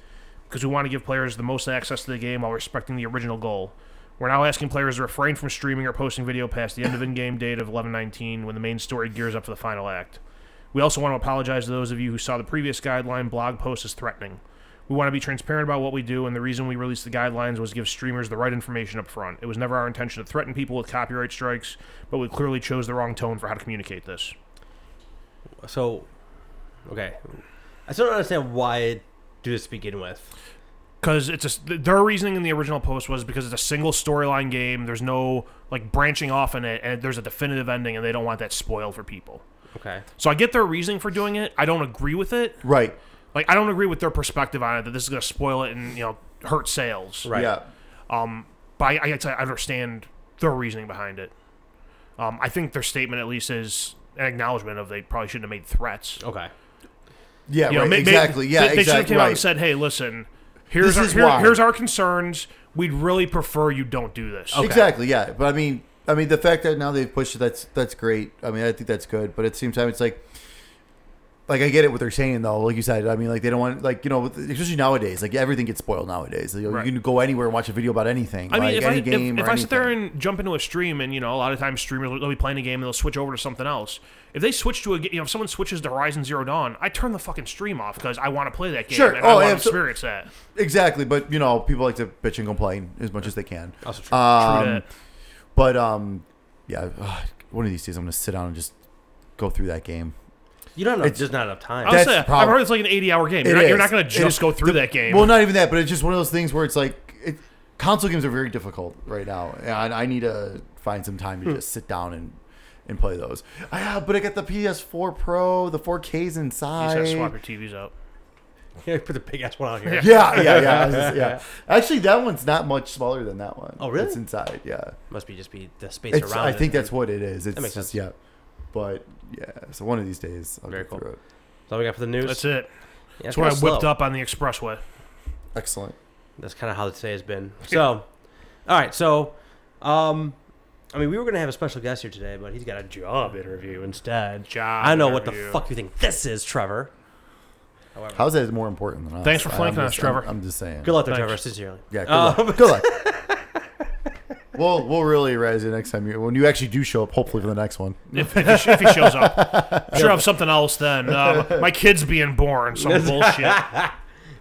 because we want to give players the most access to the game while respecting the original goal. We're now asking players to refrain from streaming or posting video past the end of in-game date of 11:19 when the main story gears up for the final act. We also want to apologize to those of you who saw the previous guideline blog post as threatening. We want to be transparent about what we do, and the reason we released the guidelines was to give streamers the right information up front. It was never our intention to threaten people with copyright strikes, but we clearly chose the wrong tone for how to communicate this.
So, okay, I still don't understand why do this to begin with.
Because it's a, their reasoning in the original post was because it's a single storyline game. There's no like branching off in it, and there's a definitive ending, and they don't want that spoiled for people.
Okay,
So I get their reasoning for doing it. I don't agree with it.
Right.
Like I don't agree with their perspective on it that this is going to spoil it and you know hurt sales.
right.
Yeah.
Um, but I, I guess I understand their reasoning behind it. Um, I think their statement at least is an acknowledgement of they probably shouldn't have made threats.
Okay.
Yeah.
You know,
right.
may- may-
exactly. Yeah.
they,
exactly.
They should have came
right.
out and said, "Hey, listen, here's
This
our,
is
here-
why."
here's our concerns. We'd really prefer you don't do this."
Exactly. Yeah. But I mean, I mean, the fact that now they've pushed it, that's that's great. I mean, I think that's good. But at the same time, it's like like I get it what they're saying though. Like you said, I mean, like they don't want like you know, with- especially nowadays. Like everything gets spoiled nowadays. Like,
Right.
You can go anywhere and watch a video about anything.
I
like,
mean, if,
any
I,
game
if,
or
if I sit there
anything.
and jump into a stream, and you know, a lot of times streamers will- they'll be playing a game and they'll switch over to something else. If they switch to a, ga- you know, if someone switches to Horizon Zero Dawn, I turn the fucking stream off because I want to play that game
Sure.
and
Oh,
I want to
yeah, so-
experience that.
exactly, but you know, people like to bitch and complain as much as they can.
Also true.
Uh, True
Um,
that.
But um, yeah, ugh, one of these days I'm gonna sit down and just go through that game.
you don't know. It's just not enough time.
I would
that's
say,
the
I've
problem.
heard it's like an 80 hour game. You're
It
not, you're
is.
not going to
It
just
is.
go through
The-
that game.
Well, not even that, but it's just one of those things where it's like it, console games are very difficult right now, and I need to find some time
Hmm.
to just sit down and and play those. Ah, but I got the PS4 Pro, the 4Ks
you just
inside.
gotta swap your TVs out.
Yeah, *laughs* put the big ass one out here.
yeah, yeah, yeah, I was just- yeah. Actually, that one's not much smaller than that one.
Oh, really?
It's inside. Yeah,
Must be just be the space
it's,
around.
I
it.
think that's what it is. It's
makes
just
sense.
yeah. But yeah, so one of these days I'll
Very
get
cool.
through it.
That's all we got for the news.
That's it.
Yeah,
That's
it's
what I
kinda
whipped
slow.
up on
*laughs*
the expressway.
Excellent.
That's kind of how today has been. So, all right. So, um, I mean, we were gonna have a special guest here today, but he's got a job interview instead.
Job
I know what the
interview.
fuck you think this is, Trevor. However,
How's that more important than us?
Thanks for
I'm
flanking
just-
us, Trevor.
I'm, I'm just saying.
good luck, there,
Thanks.
Trevor. Sincerely.
Yeah, good
Uh,
luck. Good luck. we'll we'll really raise it next time you when you actually do show up. Hopefully for the next one.
If, if, he, sh- if he shows up, I'm sure I have something
*laughs*
else then. Um, my kid's being born, some bullshit.
*laughs*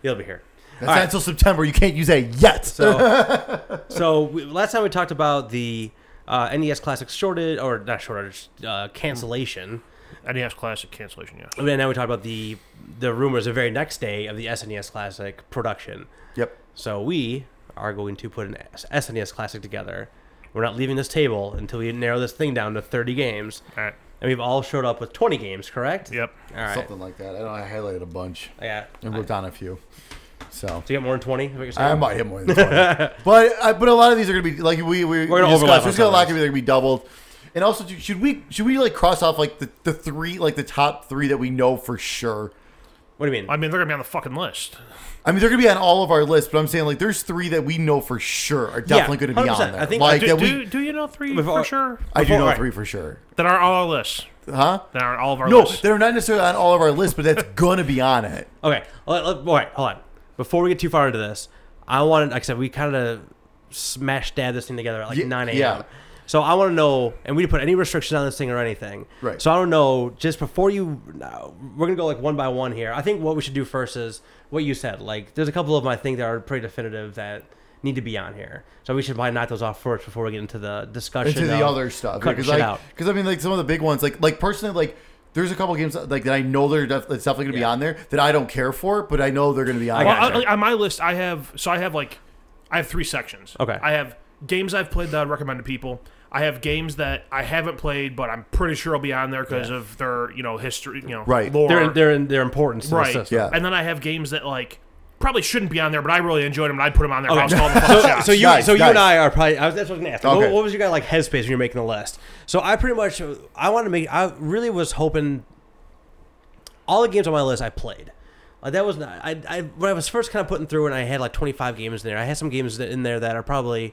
He'll be here.
That's not until September. You can't use that yet. *laughs*
So, so we, last time we talked about the uh, NES Classic shortage, or not shortage, uh, cancellation.
NES E Classic cancellation, yes.
And then now we talked about the the rumors the very next day of the SNES Classic production.
yep.
So we are going to put an S- SNES Classic together. We're not leaving this table until we narrow this thing down to 30 games.
All right.
And we've all showed up with 20 games, correct?
Yep.
All right.
Something like that. I don't. I highlighted a bunch
Yeah.
and wrote down a few. So.
Do you get more than 20? Is what you're saying?
I might hit more
*laughs*
than 20. but I, but a lot of these are gonna be like we we
We're gonna
we discussed,
overlap on
There's gonna a lot
some
of they're gonna be doubled. And also, do- should we should we like cross off like the, the three like the top three that we know for sure?
what do you mean?
I mean, they're going to be on the fucking list.
I mean, they're gonna be on all of our lists, but I'm saying like there's three that we know for sure are definitely gonna be on
100%.
there.
I think- uh,
like
Do,
that we
do, do you know three
We've
for
al-
sure?
I do know
Alright.
three for sure.
That are all our lists.
Huh?
That are all of our
No,
lists.
they're not necessarily on all of our lists,
*laughs*
but that's gonna be on it.
Okay. Let, let, all right. Hold on. Before we get too far into this, I want to, like I said, we kind of smashed dad this thing together at like
Ye-
9 a.m.
yeah.
So I want to know, and we didn't put any restrictions on this thing or anything.
Right.
So I don't know, just before you, no, we're going to go like one by one here. I think what we should do first is what you said. Like, there's a couple of them I think that are pretty definitive that need to be on here. So we should probably knock those off first before we get into the discussion.
into the
of
other stuff
cutting
because
shit
like
out.
because I mean like some of the big ones like like personally like there's a couple games like that I know they're def- it's definitely gonna be
Yeah.
on there that I don't care for but I know they're gonna be on.
I
there.
Well, I,
gotcha.
like, on my list, I have so I have like I have three sections.
Okay.
I have games I've played that I recommend to people. I have games that I haven't played, but I'm pretty sure will be on there because of their you know history, you know,
Right.
Lore.
They're, they're in their importance to
right.
the system.
Yeah.
And then I have games that like probably shouldn't be on there, but I really enjoyed them and I'd put them on
*laughs*
there. if I was calling the fucking shots.
So you,
Nice,
so you
nice.
and I are probably. I was, that's what I was gonna ask. Like,
Okay.
What, what was your guy like headspace when you're making the list? So I pretty much, I wanted to make. I really was hoping all the games on my list I played. Like that was not. I, I when I was first kind of putting through, and I had like 25 games in there. I had some games that- in there that are probably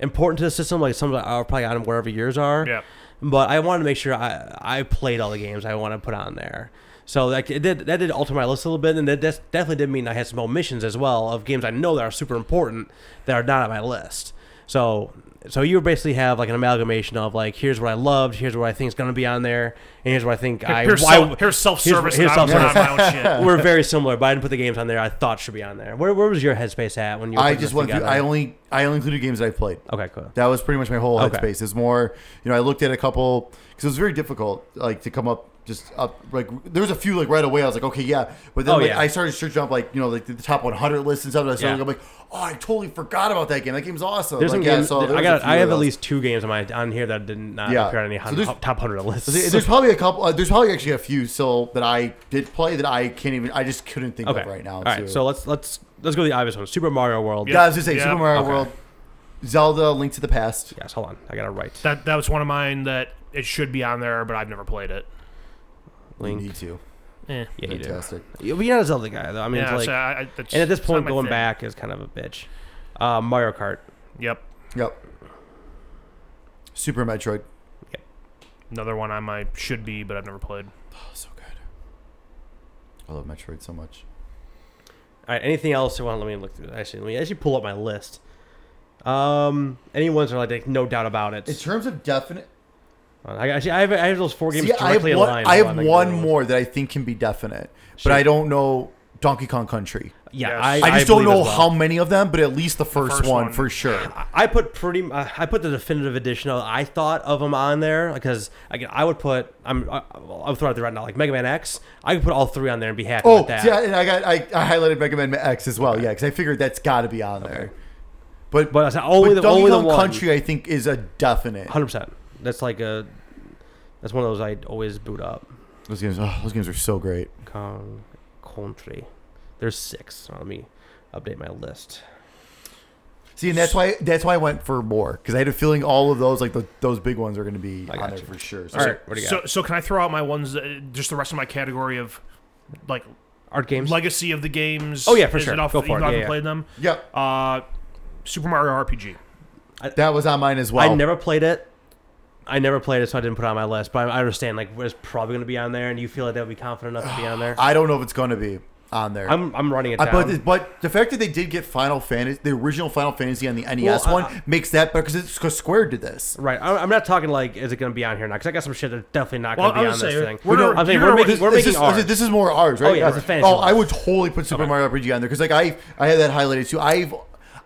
important to the system. Like some that are probably on wherever yours are.
Yeah.
But I wanted to make sure I I played all the games I want to put on there. So like it did, that did alter my list a little bit, and that des- definitely did mean I had some omissions as well of games I know that are super important that are not on my list. So so you basically have like an amalgamation of like here's what I loved, here's what I think is going to be on there, and here's what I think I
here's,
why-
self, here's self-service.
here's
and I'm
self-service.
putting on my own shit.
*laughs* we're very similar, but I didn't put the games on there I thought should be on there. Where, where was your headspace at when you? Were
I
putting
just
this
went through,
together?
I only I only included games that I played.
Okay, cool.
That was pretty much my whole
Okay.
headspace. It's more, you know, I looked at a couple because it was very difficult, like to come up just up. Like there was a few like right away. I was like, okay, yeah, but then
Oh,
like
yeah.
I started searching up like you know like the top 100 lists and stuff. And I started
Yeah.
I'm like, oh, I totally forgot about that game. That game's awesome.
There's
like,
some
yeah,
games.
so there was
I
a
got.
few
I
of
have at
those.
least two games on my on here that did not
Yeah.
appear on any
So
hun-
there's-
top, hundred lists. *laughs*
There's there's probably a couple. Uh, there's probably actually a few still that I did play that I can't even. I just couldn't think
okay,
of right now.
All right,
too.
so let's let's let's go to the obvious one. Super Mario World.
yeah, I was just saying
Yeah.
Super Mario
Okay.
World, Zelda, Link to the Past.
Yes. Hold on. I got to write.
That that was one of mine that it should be on there, but I've never played it.
You
Link.
need to.
Eh.
yeah, you do.
Fantastic.
You'll be not a Zelda guy though. I mean,
yeah,
it's like,
so I, I, that's-
and at this
it's not
point,
my
going
thing.
back is kind of a bitch. Uh, Mario Kart.
Yep.
Yep. Super Metroid.
Another one I might should be, but I've never played.
Oh, so good. I love Metroid so much.
All right. Anything else you want? Let me look through. Actually, let me actually pull up my list. Um, any ones are like, like, no doubt about it.
In terms of definite,
I actually I have, I have those four games
See, I have
directly
one,
aligned.
I
Hold
have
on, can
one
go to those.
more that I think can be definite,
Sure.
but I don't know Donkey Kong Country.
Yeah,
Yes.
I,
I just don't
believe as
know
well.
how many of them, but at least the first,
first
one,
one.
for sure.
I put pretty. m- Uh, I put the definitive edition. Of, I thought of them on there because again, I would put. I'm. I, I'm throwing out there right now, like Mega Man X. I could put all three on there and be happy
Oh
with that.
yeah, and I got I, I highlighted Mega Man X as well. Yeah, because I figured that's got to be on there. But
But I said only the
Donkey
only the
Kong
one.
Country, I think, is a definite.
Hundred percent. That's like a. That's one of those I always boot up.
Those games, oh, those games are so great.
Kong Country. There's six. So let me update my list.
See, and that's why that's why I went for more because I had a feeling all of those like the, those big ones are going to be
I
on
got
there
you.
for sure. So
All right. What do you
So,
got?
so can I throw out my ones? That, just the rest of my category of like
Art games.
legacy of the games.
Oh, yeah, for
is
sure.
Enough,
Go for
even
it.
though I
Yeah,
haven't
yeah.
played them.
Yep,
Uh, Super Mario RPG.
that was on mine as well.
I never played it. I never played it, so I didn't put it on my list. But I I understand, like, it's probably going to be on there, and you feel like they'll be confident enough to be on there.
*sighs* I don't know if it's going to be on there.
I'm, I'm running it
I-
down.
but but the fact that they did get Final Fantasy, the original Final Fantasy on the NES
Well, I-
one, makes that better because it's because Square did this.
right, I- I'm not talking like, is it going to be on here now? Because I got some shit that's definitely not
Well,
going to be
I
on
was
this
saying,
thing.
we're not-
I'm saying
you're
we're
not-
making,
This,
we're
this
making
is,
ours.
this is more ours, right?
Oh, yeah, it's a fantasy
Oh,
one.
I would totally put Super Mario RPG on there because like I I had that highlighted too. I've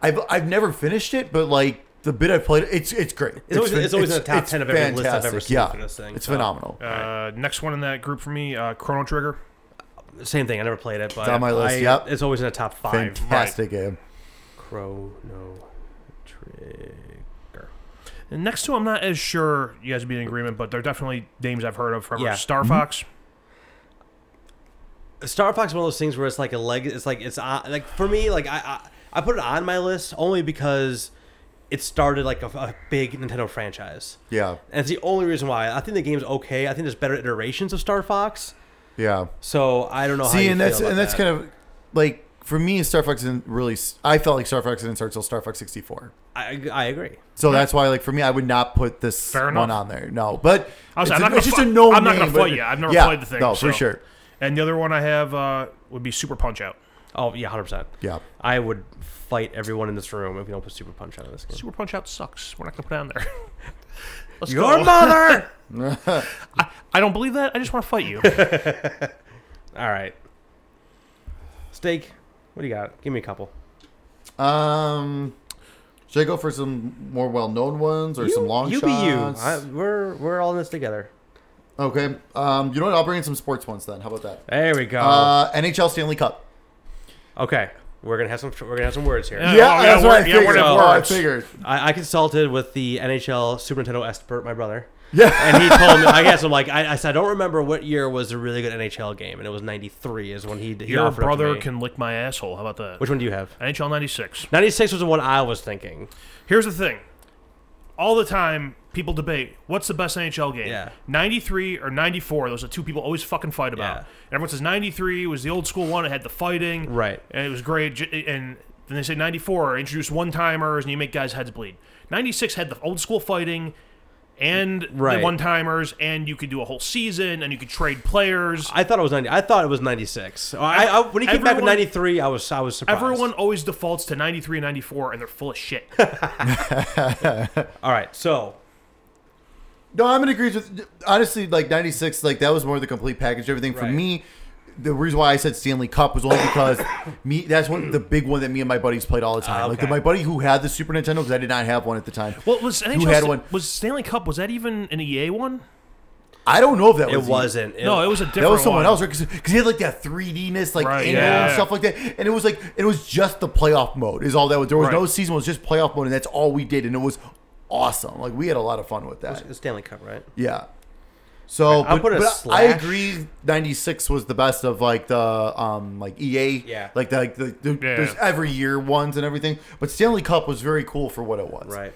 I've I've never finished it, but like the bit I've played, it's it's great. It's,
always-
phen-
it's always in the top 10 of every list I've ever
fantastic.
seen
Yeah,
for this thing,
it's
so.
phenomenal.
Uh, next one in that group for me, uh, Chrono Trigger.
Same thing. I never played it, but
on my list,
I-
yep.
it's always in the top five.
Fantastic game.
Crow no trigger.
And next two, I'm not as sure you guys would be in agreement, but they're definitely names I've heard of forever.
Yeah. Mm-hmm.
Star Fox.
Star Fox is one of those things where it's like a leg. It's like it's on, like for me, like I, I I put it on my list only because it started like a, a big Nintendo franchise,
Yeah,
and it's the only reason why. I think the game's okay. I think there's better iterations of Star Fox.
yeah.
So I don't know. how
See,
you
and
feel
that's
about
and that's
that.
kind of like for me, Star Fox didn't really. s- I felt like Star Fox didn't start till Star Fox sixty four.
I I agree.
So that's why, like for me, I would not put this
Hmm. Fair
one
enough.
on there. No, but
I
it's,
was, I'm
a-
not gonna
it's just a
fight-
no.
I'm not gonna
name, but-
fight you. I've never
yeah,
played the thing,
No, for
so.
sure.
And the other one I have uh, would be Super Punch Out.
Oh yeah, hundred percent.
Yeah.
I would fight everyone in this room if we don't put Super Punch out of this game.
Super Punch Out sucks. We're not gonna put it on there. *laughs* Let's
Your
go. *laughs*
mother.
I don't believe that. I just want to fight
*laughs*
you.
All right. Steak. What do you got? Give me a couple.
Um, should I go for some more well-known ones or
you,
some long
you
shots?
be you. I, we're we're all in this together.
okay. Um, you know what? I'll bring in some sports ones then. How about that?
There we go.
Uh, NHL Stanley Cup.
okay, we're gonna have some we're gonna have some words here.
Yeah, oh, yeah, we're- yeah, we're
figured.
gonna
Oh, I
words.
figured.
I, I consulted with the NHL Super Nintendo expert, my brother,
Yeah.
and he told me. I guess I'm like I, I said I don't remember what year was a really good NHL game, and it was '93 is when he, he
Your
offered up to
brother
me.
can lick my asshole. How about that?
Which one do you have?
NHL '96.
'96 was the one I was thinking.
Here's the thing. All the time, people debate what's the best NHL game.
Yeah.
93 or 94. Those are two people always fucking fight about.
Yeah.
And everyone says 93 was the old school one. It had the fighting.
Right.
And it was great. J- And then they say 94 introduced one timers and you make guys' heads bleed. 96 had the old school fighting and
Right.
the one timers, and you could do a whole season and you could trade players.
I thought it was '90. I thought it was '96. I, I, when he came back with
Everyone-
'93, I was I was surprised.
Everyone always defaults to 93 and 94, and they're full
*laughs*
of shit.
All right, so
No, I'm in agreement with honestly like 96 like that was more the complete package everything for
Right.
me the reason why I said Stanley Cup was only because *coughs* me that's one the big one that me and my buddies played all the time
Ah,
like
okay.
my buddy who had the Super Nintendo because I did not have one at the time
Well, was NHL
had
Sta-
one?
was Stanley Cup? Was that even an EA one?
I don't know if that
it
was the-
wasn't. It,
No, it was a different.
that was someone
one.
else because he had like that 3dness like
Right,
angle
yeah.
and stuff like that and it was like it was just the playoff mode is all that was there was no
Right.
season it was just playoff mode and that's all we did and it was awesome like we had a lot of fun with that
It's Stanley Cup, right?
Yeah. So
I'll
but,
put a
but I
slash.
agree. Ninety six was the best of like the um like EA.
Yeah.
Like the, like the, the
Yeah.
there's every year ones and everything. But Stanley Cup was very cool for what it was.
Right.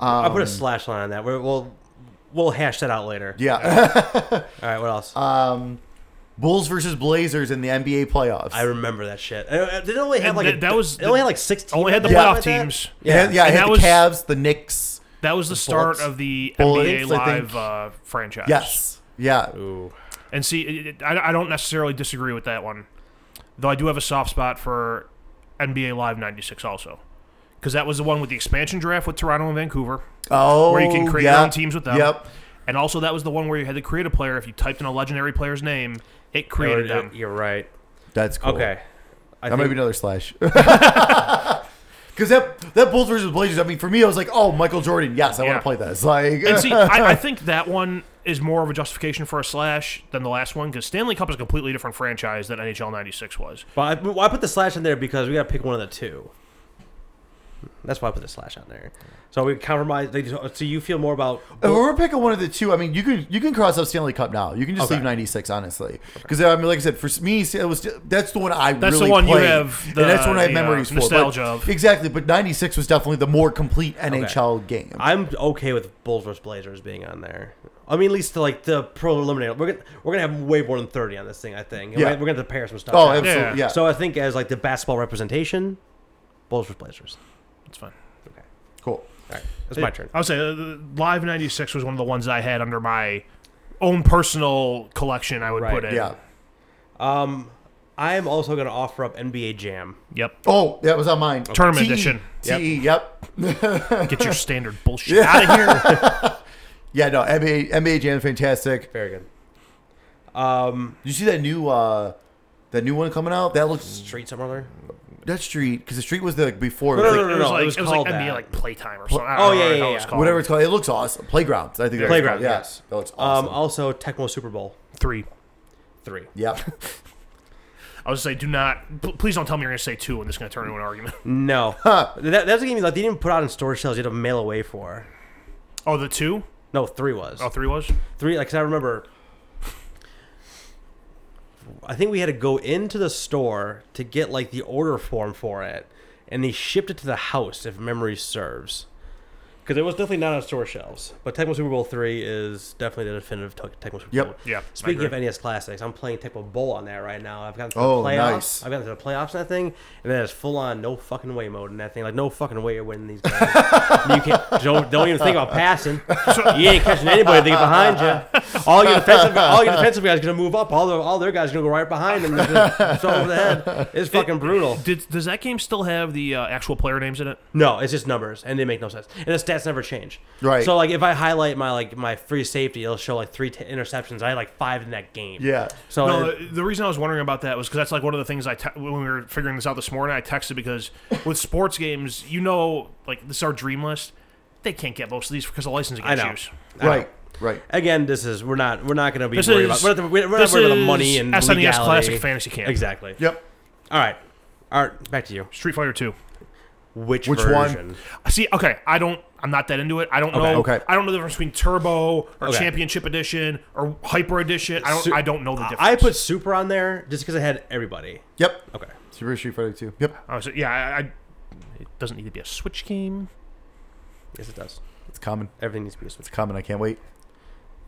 I'll put a slash line on that. We're, we'll we'll hash that out later.
Um, Yeah.
All right. What else?
um, *laughs* Bulls versus Blazers in the NBA playoffs.
I remember that shit. Uh, uh, They only had
And
like
that-
a,
that was
they only
the-
had like six.
Only had the
teams or
Yeah.
playoff
something like that?
teams.
yeah. It had, yeah. It
And
had
that
the
was-
Cavs, the Knicks.
That was the start
Bullets?
of the
Bullets,
NBA
I think.
Live uh, franchise.
Yes. Yeah.
Ooh.
and And see, it, it, I, I don't necessarily disagree with that one, though I do have a soft spot for NBA Live '96 also, because that was the one with the expansion draft with Toronto and Vancouver,
Oh,
where you can create
yeah.
your own teams with them.
Yep.
And also, that was the one where you had to create a player. If you typed in a legendary player's name, it created
You're-
them.
uh, You're right.
That's cool.
Okay. I
That might
think-
be another slash. *laughs* Because that that Bulls versus Blazers. I mean, for me, I was like, oh, Michael Jordan. Yes, I
Yeah.
want to play this. Like,
And
*laughs*
see, I, I think that one is more of a justification for a slash than the last one because Stanley Cup is a completely different franchise than NHL '96 was.
But I, well, I put the slash in there because we got to pick one of the two. That's why I put the slash on there. So we compromise. They just, so you feel more about
If we're picking one of the two, I mean, you can you can cross up Stanley Cup now. You can just
Okay.
leave '96, honestly, because I mean, like I said, for me, it was that's the one I
That's the
really
one you
played,
have
and
the-
that's one I have
the, uh,
memories for. but-
nostalgia of.
exactly. But '96 was definitely the more complete NHL game.
I'm okay with Bulls versus Blazers being on there. I mean, at least to like the pro eliminator. We're gonna we're gonna have way more than thirty on this thing. I think. We're
Yeah.
gonna- We're gonna have to pair some stuff.
oh,
out.
absolutely,
Yeah.
yeah.
So I think as like the basketball representation, Bulls versus Blazers.
It's fine.
cool.
All right, that's my turn.
I would say uh, the- Live '96 was one of the ones I had under my own personal collection. I would
Right.
put in.
Yeah.
Um, I am also gonna offer up NBA Jam.
Yep.
Oh, that was on mine.
Tournament
TE,
edition.
TE. E, Yep.
Get
*laughs*
your standard bullshit out of here.
Yeah. No. NBA NBA Jam, fantastic.
Very good. Um,
Did you see that new uh that new one coming out? That looks
Street Summerlin.
that street because the street was the before.
No,
like,
no, no,
it was
no,
like
it was
it was like
called
NBA
that.
like playtime or something. I
Oh,
don't
yeah,
remember
yeah,
how it was
yeah.
called.
Whatever it's called, it looks awesome. Playgrounds, I think. that's
Playground,
called, yeah.
yes.
that looks awesome.
Um, also Tecmo Super Bowl
Three.
three.
yeah,
I would say do not. pl- Please don't tell me you're going to say two and this is going to turn into an argument.
No, *laughs* that, that's a game like they didn't put out in storage shelves. You had to mail away for.
Oh, the two?
No, three was
Oh, three was?
three. Like 'cause I remember, I think we had to go into the store to get like the order form for it, and they shipped it to the house if memory serves. Because it was definitely not on store shelves, but Tecmo Super Bowl three is definitely the definitive Tec- Tecmo Super
Yep.
Bowl.
Yeah, I
Speaking of
agree.
NES classics, I'm playing Tecmo Bowl on that right now. I've gotten to the
Oh,
playoffs.
nice.
I've gotten to the playoffs in that thing, and that is full on no fucking way mode in that thing. Like no fucking way you're winning
*laughs*
these games. you can't don't, don't even think about passing. You ain't catching anybody they get behind you. All your defensive all your defensive guys are gonna move up. All their all their guys are gonna go right behind them. They're Just throw over the head. It's fucking brutal.
Did, does that game still have the uh, actual player names in it?
No, it's just numbers, and they make no sense. And the stats never change.
Right.
So like, if I highlight my like my free safety, it'll show like three t- interceptions. I had like five in that game.
*laughs* yeah.
So
No, uh,
it-
the- the reason I was wondering about that was because that's like one of the things I te- when we were figuring this out this morning. I texted because with sports games, you know, like this is our dream list. They can't get most of these because of licensing
I know.
issues.
I
Right, right.
Again, this is we're not we're not going to be
This
worried
is-
about we're, not- we're not
this
worried about
is
money and
SNES
legality.
Classic Fantasy Camp.
Exactly.
Yep.
All right. All right. Back to you.
Street Fighter Two.
Which
Which one?
version?
See, okay, I don't. I'm not that into it. I don't know.
Okay.
I don't know the difference between Turbo or
Okay.
Championship Edition or Hyper Edition. I don't.
Su-
I don't know the difference.
I put Super on there just because I had everybody.
Yep.
Okay.
Super Street Fighter 2. Yep.
I was, Oh, yeah, I, I, it doesn't need to be a Switch game.
Yes, it does.
It's common.
Everything needs to be a Switch.
It's common. I can't wait.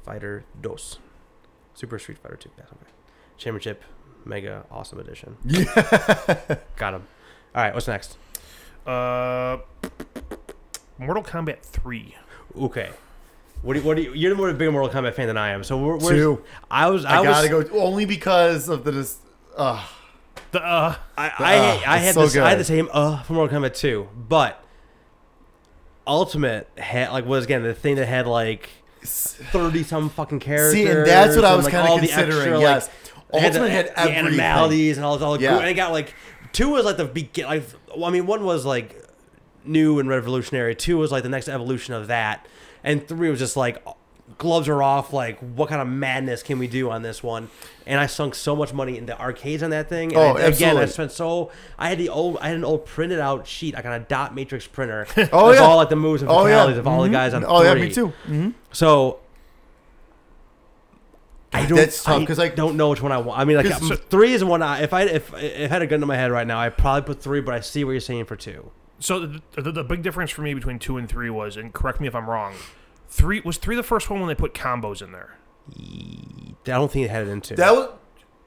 Fighter Dos, Super Street Fighter Two. That's okay. Championship Mega Awesome Edition. Yeah. Got him. All right. What's next?
Uh, Mortal Kombat Three.
Okay. What do you, what do you, you're more of a bigger Mortal Kombat fan than I am. So we're, we're
Two.
I was I,
I, gotta
was,
go only because of the. dis- Uh,
The uh,
I, I,
Ah,
I
it's
had
so
this, I had
good.
the same uh for Mortal Kombat 2, but Ultimate had like was again the thing that had like thirty some fucking characters.
see, and that's what I was
and, like,
kind
all
of
the
considering.
extra, like,
yes.
it had the-
Ultimate had,
the
everything.
animalities and all this all the
Yeah.
and it got like two was like the begin like well, I mean one was like new and revolutionary. Two was like the next evolution of that, and three was just like gloves are off. Like what kind of madness can we do on this one? And I sunk so much money into arcades on that thing. And
Oh,
I, again, I
absolutely.
spent so I had the old I had an old printed out sheet like on a dot matrix
*laughs*
printer.
Oh,
with
yeah.
all like the moves and
Oh, yeah.
fatalities of all the guys on.
Oh, yeah, me
three.
too. Mhm.
So. I don't,
That's tough, 'cause,
I
like-
don't know which one I want. I mean, like
'Cause
um,
so-
three is one. I, if I if if I had a gun to my head right now, I probably put three. But I see what you're saying for two.
so the, the, the big difference for me between two and three was, and correct me if I'm wrong, three was three the first one when they put combos in there.
I don't think it had it in two.
That was.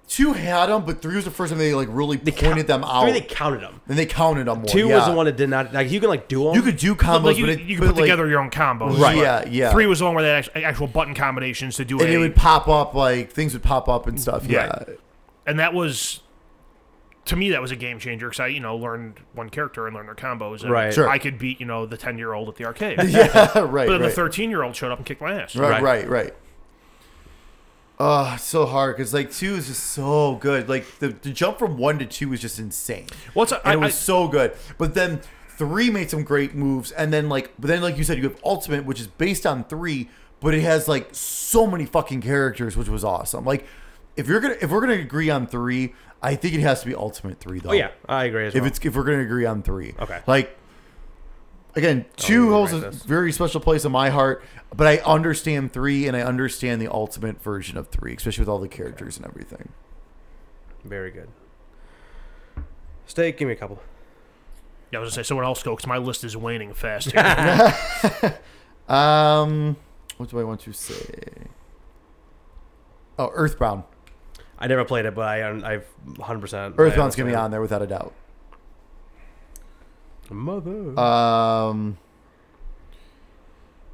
Two had them, but three was the first time they like really pointed them out.
Three, they counted them.
then they counted them more.
Two
yeah.
was the one that did not. Like you can like do them.
you could do combos,
Like you,
but it,
you
but
can put
like,
together your own combos.
Right, yeah,
but
yeah.
Three was the one where they had act- actual button combinations to do
and
a,
it would pop up like things would pop up and stuff. Yeah, *laughs*
Right. and that was to me that was a game changer because I you know learned one character and learned their combos. And
Right.
Sure.
I could beat you know the ten year old at the arcade,
*laughs* yeah, right.
but then
right.
the thirteen year old showed up and kicked my ass.
Right,
Right.
right, right. Oh, it's so hard because like two is just so good. Like the, the jump from one to two is just insane.
What's
and
I,
it was
I-
so good. But then three made some great moves, and then like, but then like you said, you have ultimate, which is based on three, but it has like so many fucking characters, which was awesome. Like, if you're gonna if we're gonna agree on three, I think it has to be ultimate three though.
Oh yeah, I agree as
If
well.
it's if we're gonna agree on three,
Okay. Oh,
Like again, two
we
holds a
write this.
very special place in my heart, but I understand three and I understand the ultimate version of three, especially with all the characters and everything.
Very good. Steak, give me a couple.
yeah, I was gonna say someone else go because my list is waning fast. Here.
Um, what do I want to say? Oh, Earthbound.
I never played it, but I I've 100. percent
Earthbound's gonna be on there without a doubt.
Mother.
Um,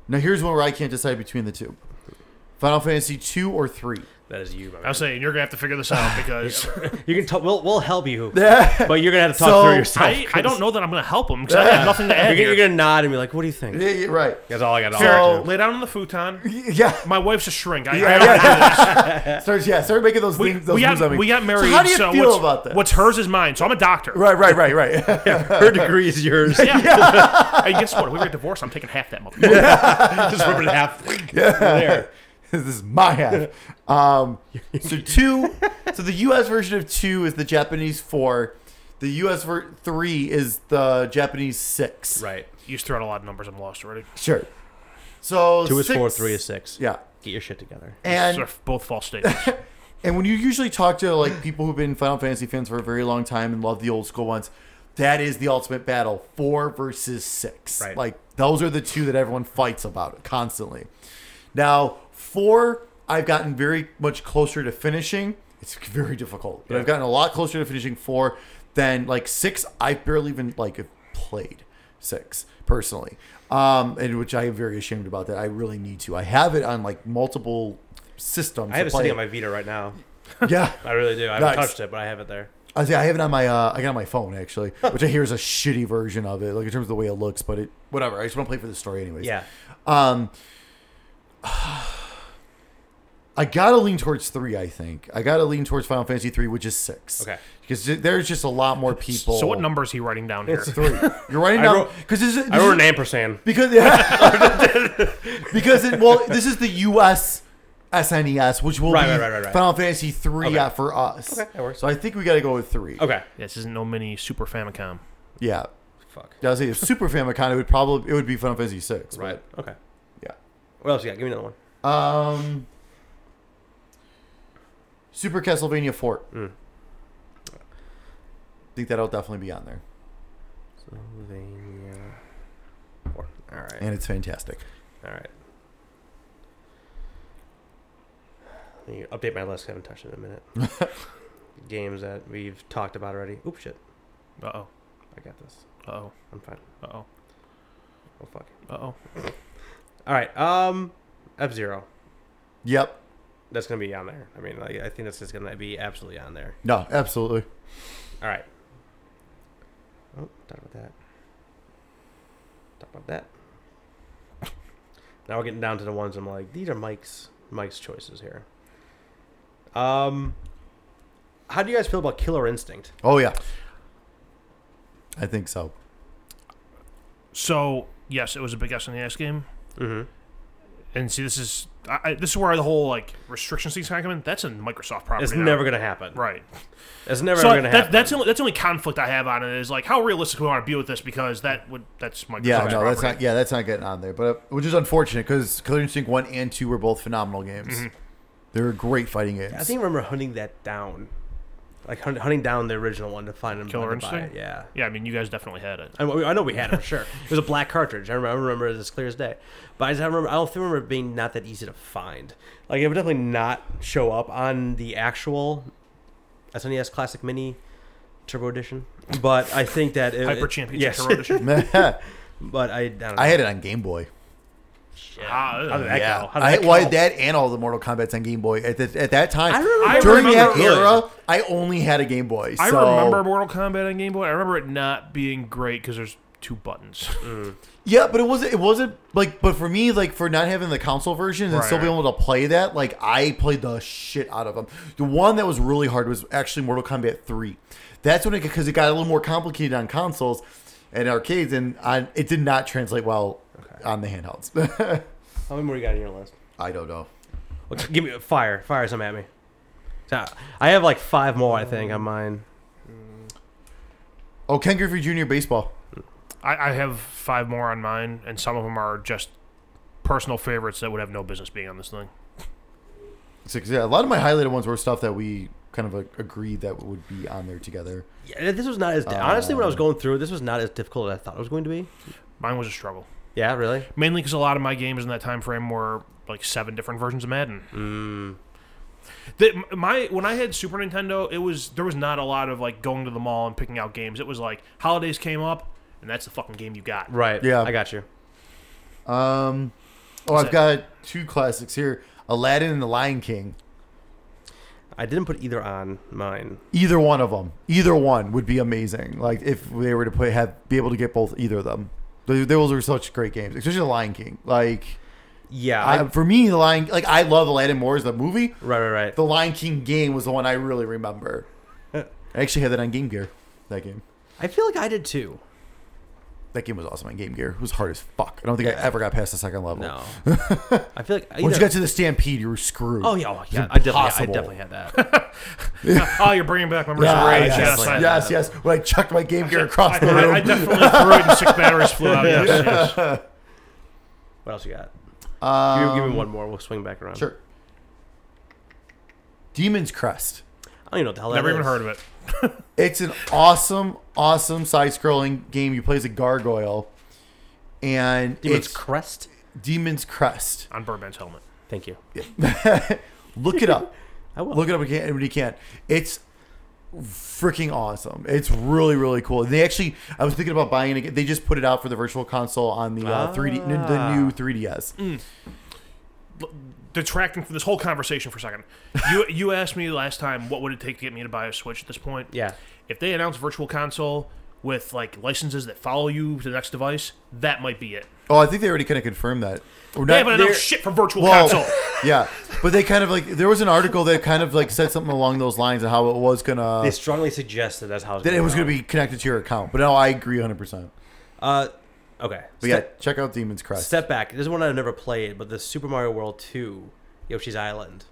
now here's one where I can't decide between the two: Final Fantasy two
*laughs*
or three.
that is you. My
I
man.
was saying you're gonna have to figure
*sighs*
this out because
You can talk. We'll, we'll help you,
Yeah.
but you're gonna have to talk
So,
through yourself.
I, I don't know that I'm gonna help him because I
*laughs*
have nothing to
You're
add
gonna,
here.
you're gonna nod and be like, "What do you think?"
yeah, right.
That's all I got. to
Fair.
offer.
Lay down on the futon.
Yeah.
My wife's a shrink. I, I
Yeah,
don't
yeah. *laughs* Start, yeah, start making those
we,
things. Those
we
moves on
got,
me.
we got married.
So how do you feel
what's,
about this?
What's hers is mine. So I'm a doctor.
right, right, right, right. *laughs*
Her degree is yours.
Yeah. hey, guess what? If we get divorced, I'm taking half that money. *laughs*
Just rip it in half. There.
this is my half. Um, so two, so the U.S. version of two is the Japanese four. The U.S. Ver- three is the Japanese six.
Right.
You just threw out a lot of numbers. I'm lost already.
Sure. So
Two is
six-
four. Three is six.
Yeah.
Get your shit together.
And
These are both false statements.
And when you usually talk to like people who've been Final Fantasy fans for a very long time and love the old school ones, that is the ultimate battle, four versus six.
Right.
Like those are the two that everyone fights about constantly. Now, four, I've gotten very much closer to finishing. It's very difficult, but I've gotten a lot closer to finishing four than like six. I barely even like have played six personally, um, and which I am very ashamed about. That I really need to. I have it on like multiple systems.
I
to
have it
play
sitting on
it.
my Vita right now.
*laughs* yeah.
I really do. I haven't
Nice.
touched it, but I have it there.
I see. I have it on my. Uh, I got it on my phone actually, which I hear is a shitty version of it, like in terms of the way it looks. But it, whatever. I just want to play for the story, anyways.
Yeah.
Um. I gotta lean towards three. I think I gotta lean towards Final Fantasy three, which is six.
Okay.
Because there's just a lot more *laughs* people.
so what number is he writing down here?
It's three. You're
*laughs*
writing
I
down
wrote-
because this, is-
I
this
wrote
is-
an
*laughs*
ampersand.
because *laughs* because it, well this is the U.S. SNES, E which will
Right,
be
right, right, right, right.
Final Fantasy three
Okay.
uh, for us.
Okay, that works.
So I think we gotta go with three.
Okay.
This isn't no mini Super Famicom.
Yeah.
Fuck.
Yeah, I was saying, if Super Famicom, it would probably it would be Final Fantasy Six,
Right. Okay.
Yeah.
What else you got? Give me another one.
Um, Super Castlevania Four.
Mm.
I think that'll definitely be on there,
Sylvania. Four. All right.
and it's fantastic.
All right. I need to update my list. I haven't touched it in a minute. Games that we've talked about already. Oop, shit.
Uh oh.
I got this.
Uh oh.
I'm fine.
Uh oh.
Oh fuck.
Uh oh.
All right. Um, F Zero.
Yep.
That's gonna be on there. I mean, like, I think that's just gonna be absolutely on there.
No, absolutely.
All right. Oh, talk about that. Talk about that. Now we're getting down to the ones I'm like, these are Mike's Mike's choices here. Um, how do you guys feel about Killer Instinct?
Oh yeah. I think so.
So yes, it was a big SNES game.
Mm-hmm.
And see, this is I, I, this is where the whole like restrictions thing's kind of come in. That's a Microsoft property.
It's
now.
never gonna happen.
right.
It's never
So
ever gonna
that,
happen.
that's the only, that's the only conflict I have on it is like how realistic we want to be with this because that would that's Microsoft's
Yeah, no,
property.
that's not. Yeah, that's not getting on there, but uh, which is unfortunate because Killer Instinct One and Two were both phenomenal games. They're great fighting games.
I think I remember hunting that down, like hunt, hunting down the original one to find him.
Killer
to buy
Instinct?
it, Yeah.
Yeah, I mean, you guys definitely had it.
I know- I know we had it for sure. It was a black cartridge. I remember, I remember it as clear as day. But I, just, I remember I don't remember it being not that easy to find. Like it would definitely not show up on the actual SNES Classic Mini Turbo Edition. But I think that it,
Hyper
it-
Champion
yes.
Turbo Edition.
*laughs* I
*laughs* but I, I don't know.
had it on Game Boy.
Ah, ugh.
How did that
yeah,
go? How did
I
that
had, well, I
go?
had that and all the Mortal Kombat's on Game Boy at, the, at that time.
I remember
I
during that
remember-
era, I only had a Game Boy. So
I remember Mortal Kombat on Game Boy. I remember it not being great because there's two buttons. *laughs*
Yeah, but it wasn't. It wasn't like. But for me, like for not having the console versions and
Right,
still being able to play that, like I played the shit out of them. The one that was really hard was actually Mortal Kombat Three. That's when it because it got a little more complicated on consoles and arcades, and on, it did not translate well on the handhelds. *laughs*
How many more you got on your list?
I don't know.
Well, give me fire, fire some at me. So, I have like five more, I think, on mine.
Oh, Ken Griffey Jr. baseball.
I, I have five more on mine, and some of them are just personal favorites that would have no business being on this thing.
Six, yeah, a lot of my highlighted ones were stuff that we kind of like, agreed that would be on there together.
Yeah, this was not as honestly when I was going through it, this was not as difficult as I thought it was going to be.
Mine was a struggle,
Yeah, really.
mainly because a lot of my games in that time frame were like seven different versions of Madden. Mm. my when I had Super Nintendo, it was there was not a lot of like going to the mall and picking out games. It was like holidays came up, and that's the fucking game
*laughs*
you got. *laughs*
Right.
Yeah.
I got you.
Um, oh,
What's
I've got two classics here: Aladdin and the Lion King.
I didn't put either on mine.
either one of them either one would be amazing like if they were to play have be able to get both either of them Th- those are such great games especially the lion king like
Yeah. I,
I, for me the lion like i love aladdin more as the movie
right, right, right.
the lion king game was the one i really remember i actually had that on game gear that game
I feel like I did too.
that game was awesome on game gear it was hard as fuck i don't think i ever got past the second level *laughs*
No. I feel like
once
either-
you got to the stampede you were screwed
Oh yeah, oh, yeah. I definitely, I
impossible.
definitely had
*laughs*
that.
oh, you're bringing back memories
yeah,
of rage.
yes,
Yes,
yes,
I-
yes, When I chucked my game gear across
I,
the room,
I, I definitely threw it and six batteries flew
*laughs*
out. Yes, yes.
What else you got?
um,
Give- give me one more. We'll swing back around.
Sure. Demon's Crest.
I don't even know what the hell
Never
that
even
is.
heard of it.
It's an awesome, awesome side-scrolling game. You play as a gargoyle, and
Demon's
it's
Crest.
Demon's Crest. *laughs*
On Birdman's helmet.
Thank you.
Look it *laughs* up.
I will.
Look it up again when you can. It's freaking awesome. It's really, really cool. They actually, I was thinking about buying it. again. They just put it out for the Virtual Console on the uh, 3D, n- the
Ah.
new 3DS.
detracting from this whole conversation for a second. You you asked me last time what would it take to get me to buy a Switch at this point.
yeah.
If they announce Virtual Console with like licenses that follow you to the next device, that might be it.
Oh, I think they already kind of confirmed that. Or
They
not-
haven't
they're-
announced shit for Virtual
Well,
Console.
yeah, but they kind of like there was an article that kind of like said something along those lines of how it was gonna
They strongly suggested that's how it's
that it
gonna
was
go.
gonna be connected to your account. But no, I agree 100. percent
Uh, okay.
But yeah, check out Demon's Crest.
Step back. This is one I've never played, but the Super Mario World 2, Yoshi's Island.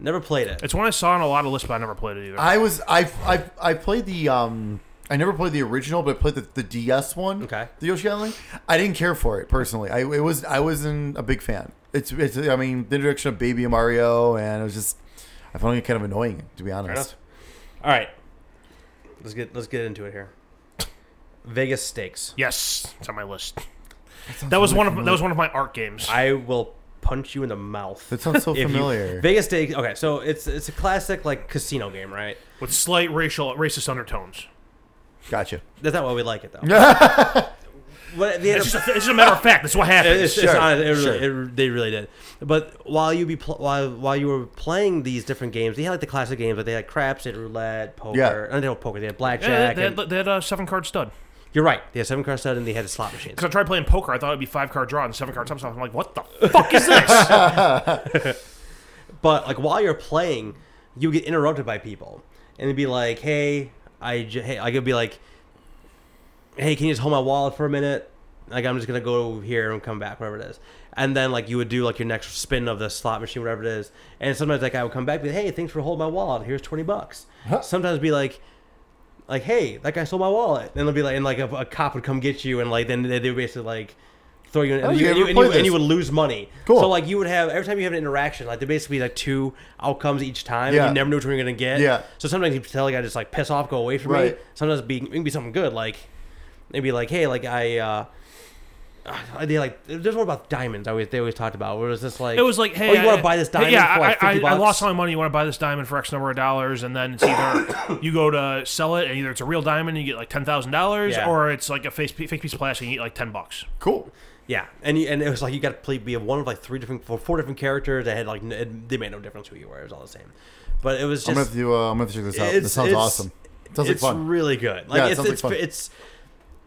Never played it.
It's one I saw on a lot of lists, but I never played it either.
I was I I I played the um I never played the original, but I played the, the DS one.
Okay.
the Yoshi Island. Link. I didn't care for it personally. I it was I wasn't a big fan. It's it's I mean the introduction of Baby Mario and it was just I found it kind of annoying to be honest.
enough. All right. Let's get let's get into it here. Vegas Stakes.
yes, it's on my list. That was one of that was one of my art games.
I will punch you in the mouth.
That sounds
*laughs*
so
if you-
familiar.
Vegas Stakes. Okay, so it's it's a classic like casino game, right?
with slight racial racist undertones.
gotcha.
That's not why we like it though.
*laughs*
what they had
It's
a-
just, a, it's just a matter of fact. That's what happens.
It's, it's
Sure,
not, it really,
sure.
it- they really did. But while you be pl- while while you were playing these different games, they had like the classic games, but they had craps, they had roulette, poker.
Yeah.
Yeah. No, poker. They had
yeah,
blackjack.
they had,
and-
they had a seven card stud.
you're right. They had seven card stud and they had a slot machines.
Because I tried playing poker, I thought it'd be five card draw and seven card thumbs up. I'm like, what the fuck is this?
But like while you're playing, you would get interrupted by people, and they'd be like, "Hey, I j- hey," I could be like, "Hey, can you just hold my wallet for a minute?" Like I'm just gonna go here and come back, whatever it is. And then like you would do like your next spin of the slot machine, whatever it is. And sometimes like I would come back, and be like, "Hey, thanks for holding my wallet. Here's twenty bucks." Sometimes be like. Like hey, that guy stole my wallet, and they'll be like, and like a, a cop would come get you, and like then they, they would basically like throw you, in,
Oh,
and,
you
you, and, you,
ever
and, you,
played
and you
this?
would lose money.
Cool.
So like like you would have every time you have an interaction, like there basically be like two outcomes each time.
Yeah.
And you never knew which one you're gonna get.
Yeah.
So sometimes you tell like I just like piss off, go away from me.
Right.
Sometimes it'd be it can be something good, like maybe like hey, like I uh uh, they like there's one about diamonds. I always they always talked about. Where it was just like
It was like, hey,
oh, you want
I-
to buy this diamond?
yeah,
for like
I,
50
I, I
bucks?
lost all my money. You want to buy this diamond for X number of dollars, and then
*coughs*
it's either you go to sell it, and either it's a real diamond, and you get like ten thousand dollars,
Yeah.
or it's like a fake, fake piece of plastic, and you get like ten bucks.
Cool.
Yeah, and you, and it was like you got to play be one of like three different four, four different characters that had like n- it, they made no difference who you were. It was all the same, but it was
I'm
just
gonna have to. Uh, I'm gonna have to check this out.
it's-
This sounds
it's-
awesome. Sounds like
it's
fun.
really good. Like
Yeah, it
it's
sounds like
it's,
fun.
it's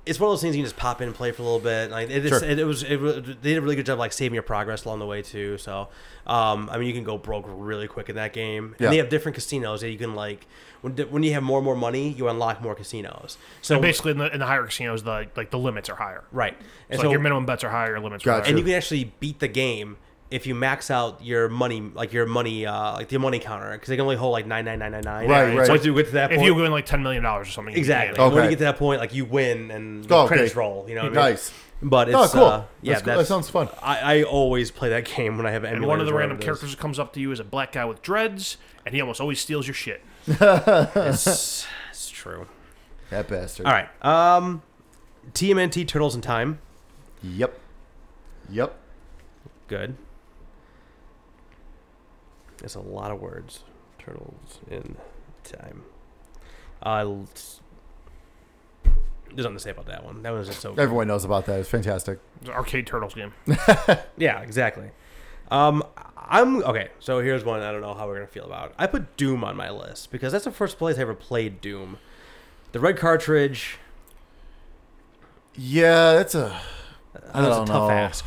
it's one of those things you can just pop in and play for a little bit. Like it, is,
Sure.
it, it was, it, re- they did a really good job like saving your progress along the way too. So, um, I mean, you can go broke really quick in that game. And
Yeah.
they have different casinos that you can like when di- when you have more and more money, you unlock more casinos. So
And basically, in the, in the higher casinos, the like the limits are higher.
right, and
So, like your minimum bets are higher, your limits are
Gotcha.
higher.
and you can actually beat the game if you max out your money, like your money, uh, like the money counter, because they can only hold like nine nine nine nine nine.
Right, right.
So once you get to that
if
point,
you win like ten million dollars or something, you get
exactly. Oh,
it.
Okay.
When you get to that point, like you win and
Oh,
oh,
okay.
credits roll. You know, what I mean?
Nice.
But it's
Oh, cool.
uh, yeah,
That's cool. That sounds fun.
I, I always play that *laughs* game when I have emulators.
And one of the
or
random
whatever it *laughs*
characters that comes up to you is a black guy with dreads, and he almost always steals your shit.
is. It's, it's true.
That bastard.
All right. Um, TMNT Turtles in Time.
Yep. Yep.
Good. That's a lot of words. Turtles in Time. Uh, l- there's nothing to say about that one. That one's just so.
Everyone knows about that. It's fantastic.
It's an arcade turtles game.
Yeah, exactly. Um, I'm okay. So here's one I don't know how we're gonna feel about. I put Doom on my list because that's the first place I ever played Doom. The red cartridge.
Yeah, that's a.
I know it's a
don't
tough
know.
ask.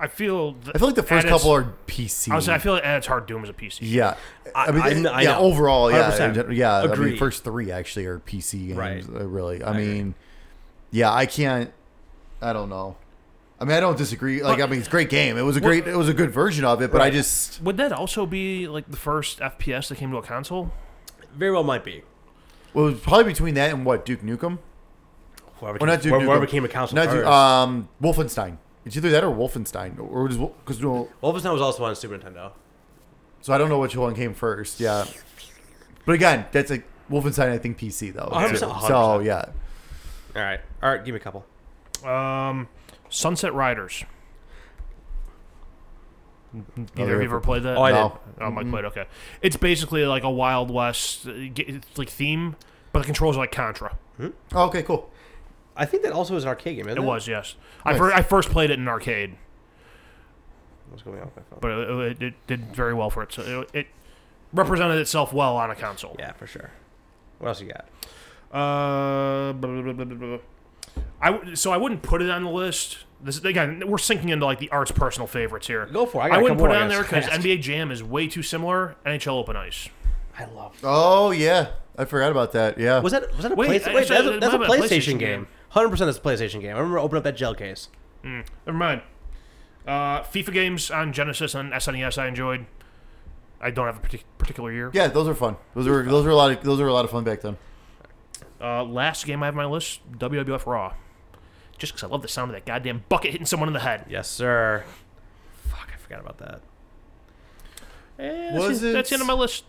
I feel. Th-
I feel like the first
at its-
couple are PC.
I was. I feel like at its heart, Doom is a PC.
yeah. I
I-
mean,
I kn-
yeah.
I know.
Overall, yeah,
100%.
in gen- yeah. I mean,
Agreed.
first three actually are PC games.
Right.
uh, Really. I,
I agree.
mean, yeah. I can't. I don't know. I mean, I don't disagree. Like,
But-
I mean, it's a great game. It was a great. It was a good version of it, but I
Right.
just.
Would that also be like the first FPS that came to a console?
Very well might be.
Well, it was probably between that and what Duke Nukem.
Whoever
Well,
came,
not Duke
whoever, whoever
Nukem.
came to council
Not Duke,
first.
uh,
um, Wolfenstein. It's either that or Wolfenstein, or it was because no.
Wolfenstein was also on Super Nintendo.
So I don't know which one came first. Yeah, but again, that's like Wolfenstein. I think PC though.
hundred
too.
percent, hundred
So
percent.
yeah,
All right, all right. Give me a couple.
Um, Sunset Riders. Neither of
yeah.
you ever played that?
Oh, I
No.
did.
Oh, Mike played. Okay, it's basically like a Wild West, uh, g- it's like theme, but the controls are like Contra.
Oh, okay, cool.
I think that also was an arcade game. Isn't
It
it,
was yes. I,
Nice.
fir- I first played it in an arcade,
What's going on with my phone?
but it, it, it did very well for it. So it, it represented itself well on a console.
Yeah, for sure. What else you got?
Uh, blah, blah, blah, blah, blah. I w- so I wouldn't put it on the list. This again, we're sinking into like the art's personal favorites here.
Go for it. I
I,
got a
wouldn't
couple
put it
more I
on there
gotta
because
ask.
NBA Jam is way too similar. NHL Open Ice.
I love.
Oh yeah, I forgot about that. Yeah,
Was that was that a
Wait,
PlayStation? Wait,
actually,
that's, a,
it
that's a
might have been a
PlayStation
PlayStation
game.
game.
Hundred percent, that's a PlayStation game. I remember opening up that gel case.
Never mind. Uh, FIFA games on Genesis and SNES I enjoyed. I don't have a partic- particular year.
yeah, those are fun. Those were those were a lot of those were a lot of fun back then.
Uh, last game I have on my list, WWF Raw. Just because I love the sound of that goddamn bucket hitting someone in the head.
Yes, sir. Fuck, I forgot about that.
Eh,
Was
that's, the- that's the
it-
end of my list.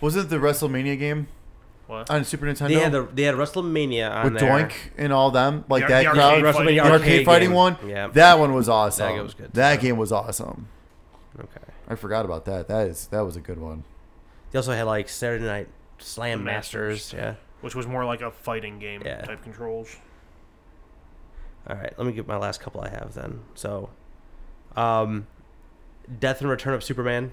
Wasn't the WrestleMania game
What?
on Super Nintendo
They had the they had WrestleMania on
with
there.
Doink and all them like
The-
that
the
crowd?
arcade
The
fight-
WrestleMania
the
arcade, fighting
game.
one.
Yeah.
that one was awesome.
That game was good.
That game was awesome.
okay.
I forgot about that. That is that was a good one.
They also had like Saturday Night Slam
The
Masters.
Masters. Which was more like a fighting game
Yeah.
type controls.
Yeah. All right. Let me get my last couple I have then. So, um, Death and Return of Superman